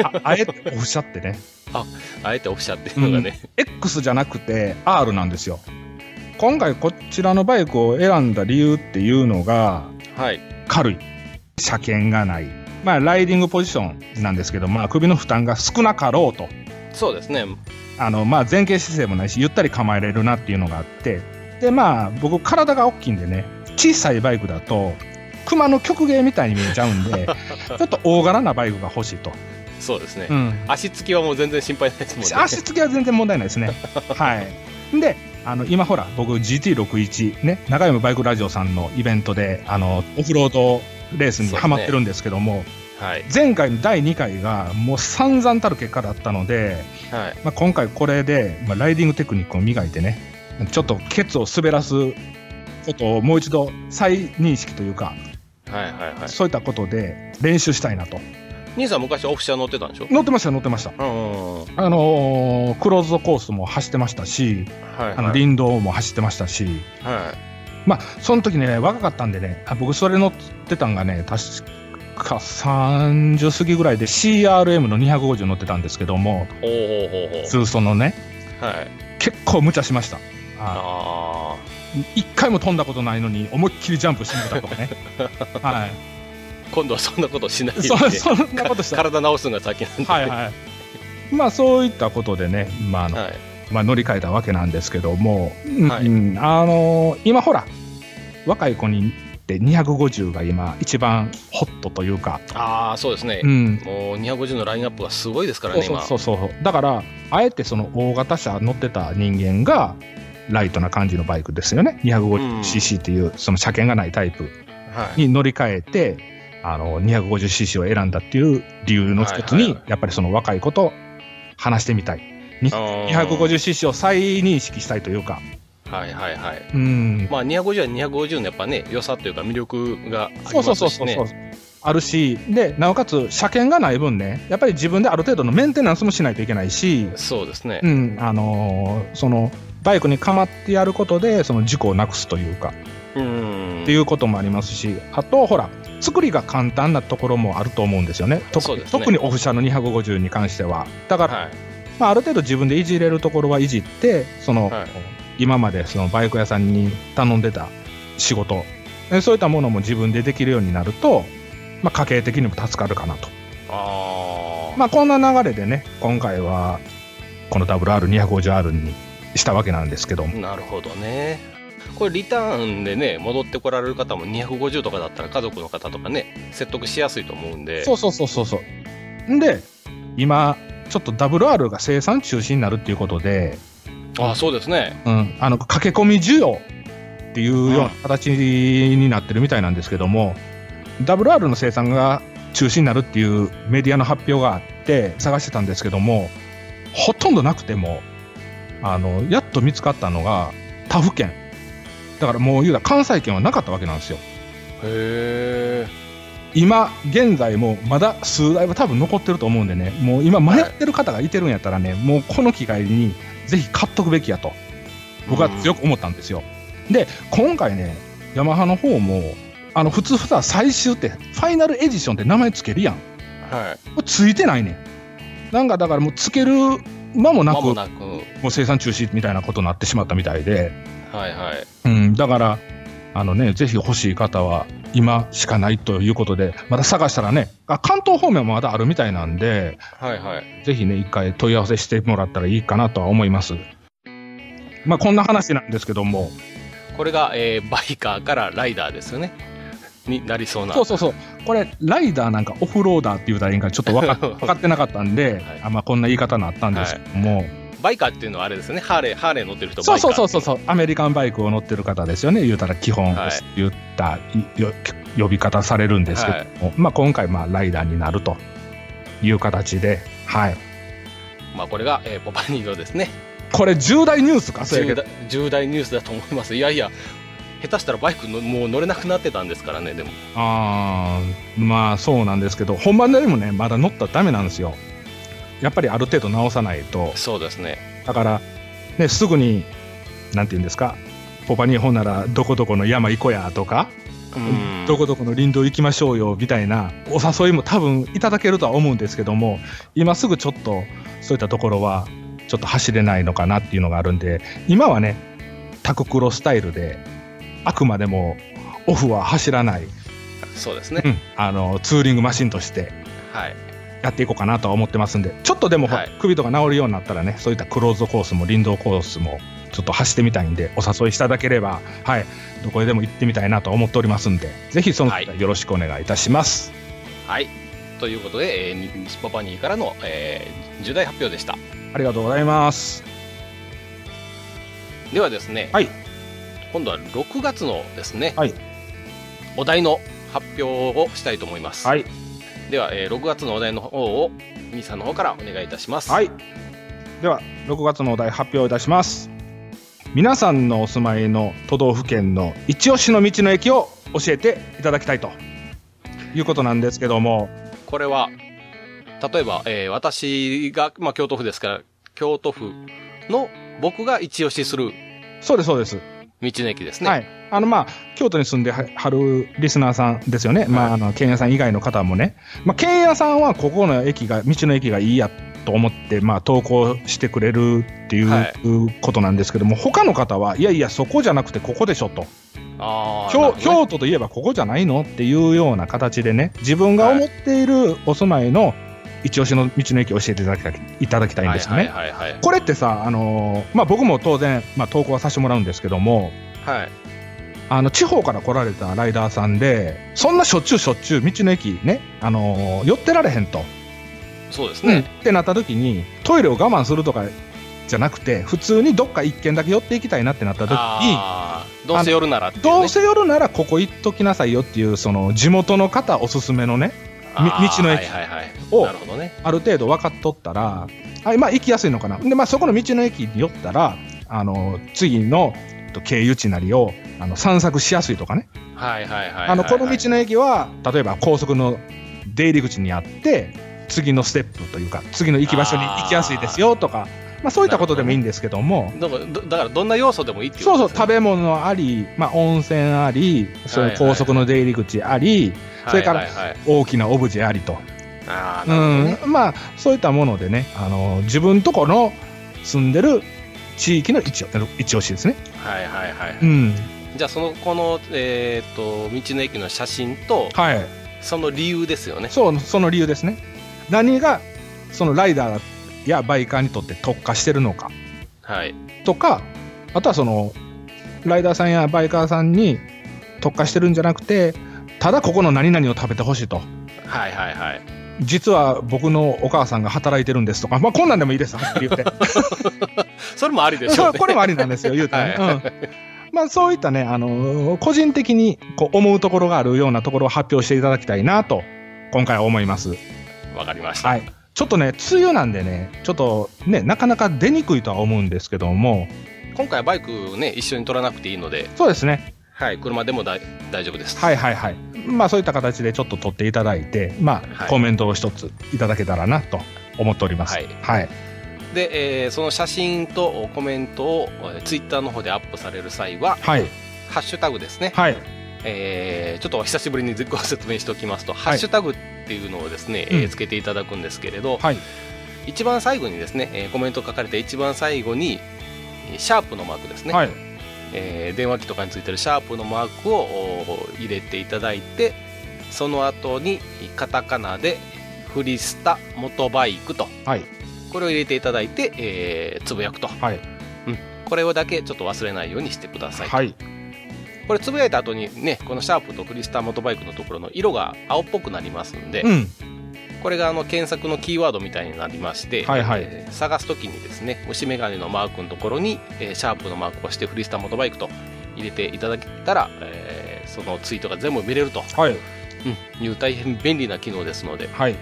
Speaker 2: ああえておっしゃってね、
Speaker 1: あ、あえてオフィシャっていうのがね。
Speaker 2: X じゃなくて R なんですよ。今回こちらのバイクを選んだ理由っていうのが、
Speaker 1: はい。
Speaker 2: 軽い車検がない、まあ、ライディングポジションなんですけど、まあ、首の負担が少なかろうと
Speaker 1: そうですね。
Speaker 2: あの、まあ、前傾姿勢もないしゆったり構えれるなっていうのがあってでまあ僕体が大きいんでね小さいバイクだと熊の曲芸みたいに見えちゃうんでちょっと大柄なバイクが欲しいと
Speaker 1: そうですね。
Speaker 2: うん
Speaker 1: 足つきはもう全然心配ないですもんね。
Speaker 2: 足つきは全然問題ないですねはいであの今ほら僕 GT61 ね長山バイクラジオさんのイベントであのオフロードレースにハマってるんですけども、
Speaker 1: はい。
Speaker 2: 前回の第2回がもう散々たる結果だったので、
Speaker 1: はい。
Speaker 2: まあ、今回これで、まあ、ライディングテクニックを磨いてねちょっとケツを滑らすことをもう一度再認識というか、
Speaker 1: はいはいはい。
Speaker 2: そういったことで練習したいなと
Speaker 1: 兄さん昔オフィシャ乗ってたんでしょ
Speaker 2: 乗ってました乗ってました、
Speaker 1: うん。
Speaker 2: あのークローズドコースも走ってましたし、
Speaker 1: はいはい
Speaker 2: あの林道も走ってましたし
Speaker 1: は
Speaker 2: まあその時ね若かったんでねあ僕それ乗ってたんがね確か30過ぎぐらいで CRM の250乗ってたんですけども、
Speaker 1: い。ほうほうほうほう。
Speaker 2: 通そのね
Speaker 1: はい。
Speaker 2: 結構無茶しました
Speaker 1: あ
Speaker 2: 一回も飛んだことないのに思いっきりジャンプしてみたと
Speaker 1: [laughs]
Speaker 2: かねはい
Speaker 1: 今度はそんなことしないで
Speaker 2: そそんなこと
Speaker 1: した体直すのが先なんで
Speaker 2: はいはいまあそういったことでね、まああのまあ、乗り換えたわけなんですけども、うんうんあのー今ほら若い子にって250が今一番ホットというか
Speaker 1: ああそうですね、
Speaker 2: うん
Speaker 1: もう250のラインナップがすごいですから
Speaker 2: そう
Speaker 1: ね
Speaker 2: そ
Speaker 1: 今
Speaker 2: うそうそうだからあえてその大型車乗ってた人間がライトな感じのバイクですよね 250cc っていうその車検がないタイプに乗り換えて、あの 250cc を選んだっていう理由の一つに、やっぱりその若い子と話してみたいに 250cc を再認識したいというか
Speaker 1: はいはいはい、
Speaker 2: うん
Speaker 1: まあ250は250のやっぱね良さというか魅力がありますし、ね、
Speaker 2: そうそうそうそうそうあるしでなおかつ車検がない分ねやっぱり自分である程度のメンテナンスもしないといけないし
Speaker 1: そうですね、
Speaker 2: うん、あのーそのバイクにかまってやることでその事故をなくすというか、
Speaker 1: うん
Speaker 2: っていうこともありますしあとほら作りが簡単なところもあると思うんですよね特
Speaker 1: そうですね
Speaker 2: 特にオフ車の250に関してはだから、まあ、ある程度自分でいじれるところはいじってその、今までそのバイク屋さんに頼んでた仕事えそういったものも自分でできるようになると、まあ、家計的にも助かるかなと。まあ、こんな流れでね今回はこの WR250R にしたわけなんですけども
Speaker 1: なるほどねこれリターンでね戻ってこられる方も250とかだったら家族の方とかね説得しやすいと思うんで
Speaker 2: そうそうそうそうそう。んで、今、ちょっと WR が生産中止になるっていうことで、
Speaker 1: ああそうですね
Speaker 2: うん、あの駆け込み需要っていうような形になってるみたいなんですけども、WR の生産が中止になるっていうメディアの発表があって、探してたんですけども、ほとんどなくても、あの、やっと見つかったのが、他府県。だからもう言うたら関西圏はなかったわけなんですよ。
Speaker 1: へえ。
Speaker 2: 今、現在もまだ数台は多分残ってると思うんでね、もう今迷ってる方がいてるんやったらね、もうこの機会にぜひ買っとくべきやと、僕は強く思ったんですよ。で、今回ね、ヤマハの方も、あの、普通普通は最終って、ファイナルエディションって名前つけるやん。
Speaker 1: はい。
Speaker 2: これついてないねん。なんかだからもうつける間もなく、
Speaker 1: 間もなく
Speaker 2: もう生産中止みたいなことになってしまったみたいで、
Speaker 1: はいはい。
Speaker 2: うん、だから、あのね、ぜひ欲しい方は、今しかないということで、また探したらね、あ関東方面もまだあるみたいなんで、
Speaker 1: はいはい。
Speaker 2: ぜひね、一回問い合わせしてもらったらいいかなとは思います。まあ、こんな話なんですけども、
Speaker 1: これが、えーバイカーからライダーですよね。になりそうな。
Speaker 2: そうそうそう、これ、ライダーなんかオフローダーって言うたらいいんか、ちょっと [laughs] 分か分かってなかったんで、あまあ、こんな言い方になったんですけども、
Speaker 1: [laughs] バイカーっていうのはあれですね。ハーレー、ハーレー乗ってる人
Speaker 2: そうそう
Speaker 1: う。
Speaker 2: そうそうそう、アメリカンバイクを乗ってる方ですよね、言うたら基本、
Speaker 1: はい
Speaker 2: 言ったいよ呼び方されるんですけども、まあ、今回、まあ、ライダーになるという形で、はい、
Speaker 1: まあこれが、えーポパニードですね。
Speaker 2: これ、重大ニュースか、そう
Speaker 1: 重
Speaker 2: やけど
Speaker 1: 大、重大ニュースだと思います。いやいや、下手したらバイクのもう乗れなくなってたんですからね、でも。
Speaker 2: あーまあそうなんですけど、本番でもね、まだ乗ったらだめなんですよ、やっぱりある程度直さないと、
Speaker 1: そうですね。
Speaker 2: だから、ね、すぐに、なんていうんですか、ポパニーホンなら、どこどこの山行こうやとか。
Speaker 1: うん
Speaker 2: どこどこの林道行きましょうよみたいなお誘いも多分いただけるとは思うんですけども今すぐちょっとそういったところはちょっと走れないのかなっていうのがあるんで今はねタククロスタイルであくまでもオフは走らない、
Speaker 1: そうですね。
Speaker 2: うんあのツーリングマシンとして
Speaker 1: はい。
Speaker 2: やっていこうかなとは思ってますんでちょっとでもほら、首とか治るようになったらねそういったクローズドコースも林道コースもちょっと走ってみたいんでお誘いいただければはいどこへでも行ってみたいなと思っておりますんでぜひその時はよろしくお願いいたします。
Speaker 1: はい。ということで、えーにポパニーからの、えー重大発表でした。
Speaker 2: ありがとうございます。
Speaker 1: ではですね、
Speaker 2: はい、
Speaker 1: 今度は6月のですね、
Speaker 2: はい、
Speaker 1: お題の発表をしたいと思います、
Speaker 2: はい、
Speaker 1: では、えー6月のお題の方を兄さんの方からお願いいたします
Speaker 2: はい、では6月のお題発表いたします皆さんのお住まいの都道府県の一押しの道の駅を教えていただきたいということなんですけども
Speaker 1: これは例えば、えー私が、まあ、京都府ですから京都府の僕が一押しする
Speaker 2: そうですそうです
Speaker 1: 道の駅ですね
Speaker 2: はいあのまあ京都に住んでははるリスナーさんですよね、まああの県屋さん以外の方もね、まあ、県屋さんはここの駅が道の駅がいいやと思って、まあ、投稿してくれるっていう、ことなんですけども他の方はいやいやそこじゃなくてここでしょと。
Speaker 1: あーなるほ
Speaker 2: 京
Speaker 1: どね
Speaker 2: 京都といえばここじゃないのっていうような形でね自分が思っているお住まいの一押しの道の駅を教えていただきたいいただきたいんですよ
Speaker 1: は
Speaker 2: ね。
Speaker 1: いはいはい
Speaker 2: これってさ、あのーまあ、僕も当然、まあ、投稿はさせてもらうんですけども
Speaker 1: はい
Speaker 2: あの地方から来られたライダーさんでそんなしょっちゅうしょっちゅう道の駅ね、あのー寄ってられへんと、
Speaker 1: そうです
Speaker 2: うんっ
Speaker 1: ね、
Speaker 2: てなった時にトイレを我慢するとかじゃなくて普通にどっか一軒だけ寄っていきたいなってなった時に。
Speaker 1: あーどうせ夜ならっていう
Speaker 2: どうせ夜ならここ行っときなさいよっていうその地元の方おすすめのねみ
Speaker 1: あー
Speaker 2: 道の
Speaker 1: はい
Speaker 2: 駅
Speaker 1: はいはい
Speaker 2: を
Speaker 1: なるほどね
Speaker 2: ある程度分かっとったら、はいまあ、行きやすいのかなで、まあ、そこの道の駅に寄ったらあの次のえっと経由地なりをあの散策しやすいとかね
Speaker 1: はいはいはいはい、はい、
Speaker 2: あのこの道の駅は例えば高速の出入り口にあって次のステップというか次の行き場所に行きやすいですよとかまあ、そういったことでもいいんですけども
Speaker 1: だからどだからどんな要素でもいいっていう
Speaker 2: そうそう、食べ物あり、まあ、温泉あり、そ
Speaker 1: はい
Speaker 2: の
Speaker 1: はい
Speaker 2: 高速の出入り口あり、
Speaker 1: はい
Speaker 2: それか
Speaker 1: は
Speaker 2: ら
Speaker 1: いはい
Speaker 2: 大きなオブジェありと、
Speaker 1: あーなるほどね
Speaker 2: うんまあ、そういったものでね、あの自分とこの住んでる地域の一押一押しですね。
Speaker 1: はいはいはい、
Speaker 2: うん、
Speaker 1: じゃあそのこの、えー、と道の駅の写真と、
Speaker 2: はい、
Speaker 1: その理由ですよね
Speaker 2: そうその理由ですね。何がそのライダーやバイカーにとって特化してるのか。
Speaker 1: はい
Speaker 2: とかあとはそのライダーさんやバイカーさんに特化してるんじゃなくてただここの何々を食べてほしいと
Speaker 1: はいはいはい
Speaker 2: 実は僕のお母さんが働いてるんですとか、まあ、こんなんでもいいですはっきり言って
Speaker 1: [laughs] それもありでし
Speaker 2: そ
Speaker 1: ょう、
Speaker 2: う
Speaker 1: ね、
Speaker 2: [laughs] これもありなんですよ言うたらね、うんまあ、そういったね、あのー個人的にこう思うところがあるようなところを発表していただきたいなと今回は思います
Speaker 1: わかりました、
Speaker 2: はいちょっとね、梅雨なんでね、ちょっとね、なかなか出にくいとは思うんですけども、
Speaker 1: 今回はバイクね、一緒に取らなくていいので、
Speaker 2: そうですね。
Speaker 1: はい、車でもだい大丈夫です。
Speaker 2: はいはいはい。まあそういった形でちょっと取っていただいて、まあ、
Speaker 1: はい
Speaker 2: コメントを一ついただけたらなと思っております。
Speaker 1: はい
Speaker 2: はい。
Speaker 1: で、えーその写真とコメントをツイッター Twitter の方でアップされる際は、
Speaker 2: はい。
Speaker 1: ハッシュタグですね、
Speaker 2: はい。
Speaker 1: えーちょっと久しぶりにご説明しておきますと、ハッシュタグっていうのをですね、えー
Speaker 2: うん
Speaker 1: つけていただくんですけれど、
Speaker 2: はい。
Speaker 1: 一番最後にですね、えーコメント書かれて一番最後に、えーシャープのマークですね、
Speaker 2: はい。
Speaker 1: えー電話機とかについてるシャープのマークをおー入れていただいて、その後にカタカナで、フリスタ元バイクと、
Speaker 2: はい。
Speaker 1: これを入れていただいて、えーつぶやくと、
Speaker 2: はい。
Speaker 1: うん、これをだけちょっと忘れないようにしてください。
Speaker 2: はい。
Speaker 1: これつぶやいた後にねこのシャープとクリスターモトバイクのところの色が青っぽくなりますんで、
Speaker 2: うん。
Speaker 1: これがあの検索のキーワードみたいになりまして、
Speaker 2: はいはい
Speaker 1: えー探す時にですね虫眼鏡のマークのところに、えーシャープのマークをしてフリスターモトバイクと入れていただけたら、えーそのツイートが全部見れると、
Speaker 2: はい。
Speaker 1: うん、いう大変便利な機能ですので
Speaker 2: はい。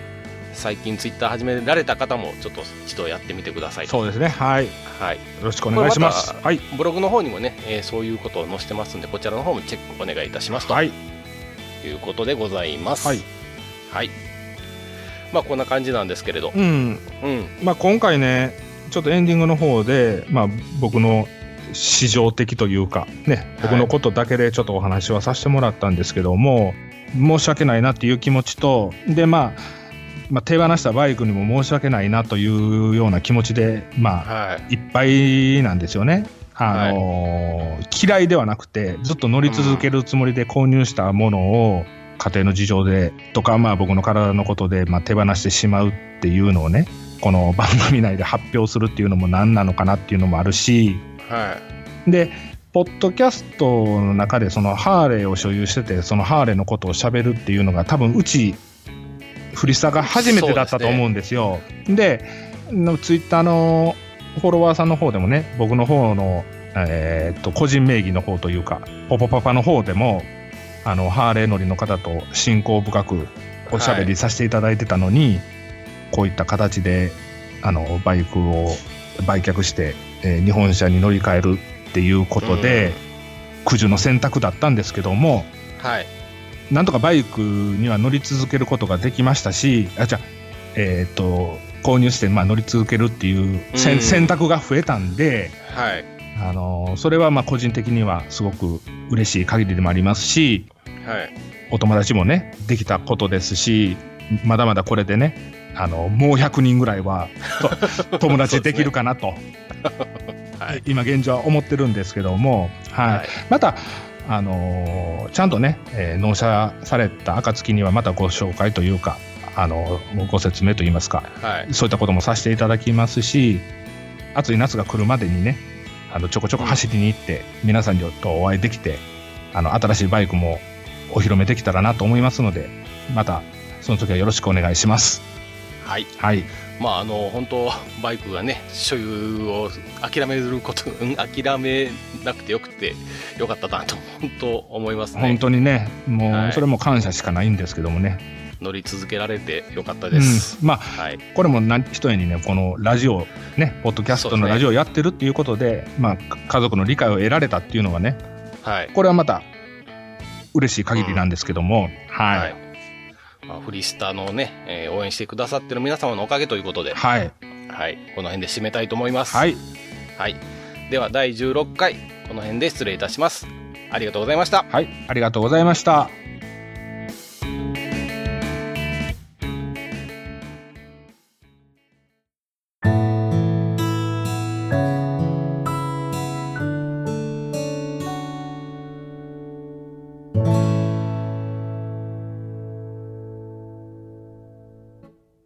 Speaker 1: 最近ツイッター始められた方もちょっと一度やってみてくださいと
Speaker 2: そうですね。はい。よ
Speaker 1: はい、
Speaker 2: ろしくお願いします。
Speaker 1: これまた
Speaker 2: はい。
Speaker 1: ブログの方にもね、えーそういうことを載せてますんでこちらの方もチェックお願いいたしますと、、
Speaker 2: はいい。
Speaker 1: うことでございます
Speaker 2: はい、
Speaker 1: はいまあこんな感じなんですけれど
Speaker 2: うん。
Speaker 1: うん
Speaker 2: まあ今回ね、ちょっとエンディングの方で、まあ僕の市場的というか、ね、僕のことだけでちょっとお話はさせてもらったんですけども、申し訳ないなっていう気持ちと、で、まあ、まあ、手放したバイクにも申し訳ないなというような気持ちで、まあ、
Speaker 1: はい
Speaker 2: いっぱいなんですよね。あの嫌いではなくてずっと乗り続けるつもりで購入したものを家庭の事情でとか、まあ、僕の体のことで、まあ、手放してしまうっていうのをねこの番組内で発表するっていうのも何なのかなっていうのもあるし
Speaker 1: はい
Speaker 2: でポッドキャストの中でそのハーレーを所有しててそのハーレーのことをしゃべるっていうのが多分うちフリスタが初めてだったと思うんですよ。でのツイッターのフォロワーさんの方でもね僕の方の、えーっと個人名義の方というかポポパパの方でもあのハーレー乗りの方と親交深くおしゃべりさせていただいてたのに、こういった形であのバイクを売却して、えー日本車に乗り換えるっていうことで、苦渋の選択だったんですけども
Speaker 1: はい
Speaker 2: なんとかバイクには乗り続けることができましたしあじゃあえっ、と購入して、まあ、乗り続けるっていう選,、
Speaker 1: うん
Speaker 2: 選択が増えたんで、
Speaker 1: はい
Speaker 2: あのそれはまあ個人的にはすごく嬉しい限りでもありますし
Speaker 1: はい
Speaker 2: お友達もねできたことですしまだまだこれでねあのもう100人ぐらいは
Speaker 1: [laughs]
Speaker 2: と友達できるかなと、
Speaker 1: はい
Speaker 2: 今現状は思ってるんですけども、はい
Speaker 1: はい
Speaker 2: また、あのーちゃんとね、えー納車された暁にはまたご紹介というか、あのーご説明といいますか
Speaker 1: はい
Speaker 2: そういったこともさせていただきますし暑い夏が来るまでにねあのちょこちょこ走りに行って、皆さんにとお会いできてあの新しいバイクもお披露目できたらなと思いますのでまたその時はよろしくお願いします。
Speaker 1: はい
Speaker 2: はい、
Speaker 1: まああの本当バイクがね所有を諦めることうん諦めなくてよくてよかったなと本当思いますね
Speaker 2: 本当にねも
Speaker 1: は
Speaker 2: う
Speaker 1: い
Speaker 2: それも感謝しかないんですけどもね、
Speaker 1: 乗り続けられてよかったです、
Speaker 2: うん、まあ
Speaker 1: はい
Speaker 2: これも何一重にねこのラジオねポッドキャストのラジオをやってるっていうことでまあか家族の理解を得られたっていうのはね
Speaker 1: はい
Speaker 2: これはまた嬉しい限りなんですけども、
Speaker 1: は
Speaker 2: はいい、
Speaker 1: まあ、フリスタのね、えー応援してくださってる皆様のおかげということで、
Speaker 2: はい
Speaker 1: はい、この辺で締めたいと思います。
Speaker 2: はい、
Speaker 1: はい、では第16回この辺で失礼いたします。ありがとうございました。
Speaker 2: はい、ありがとうございました。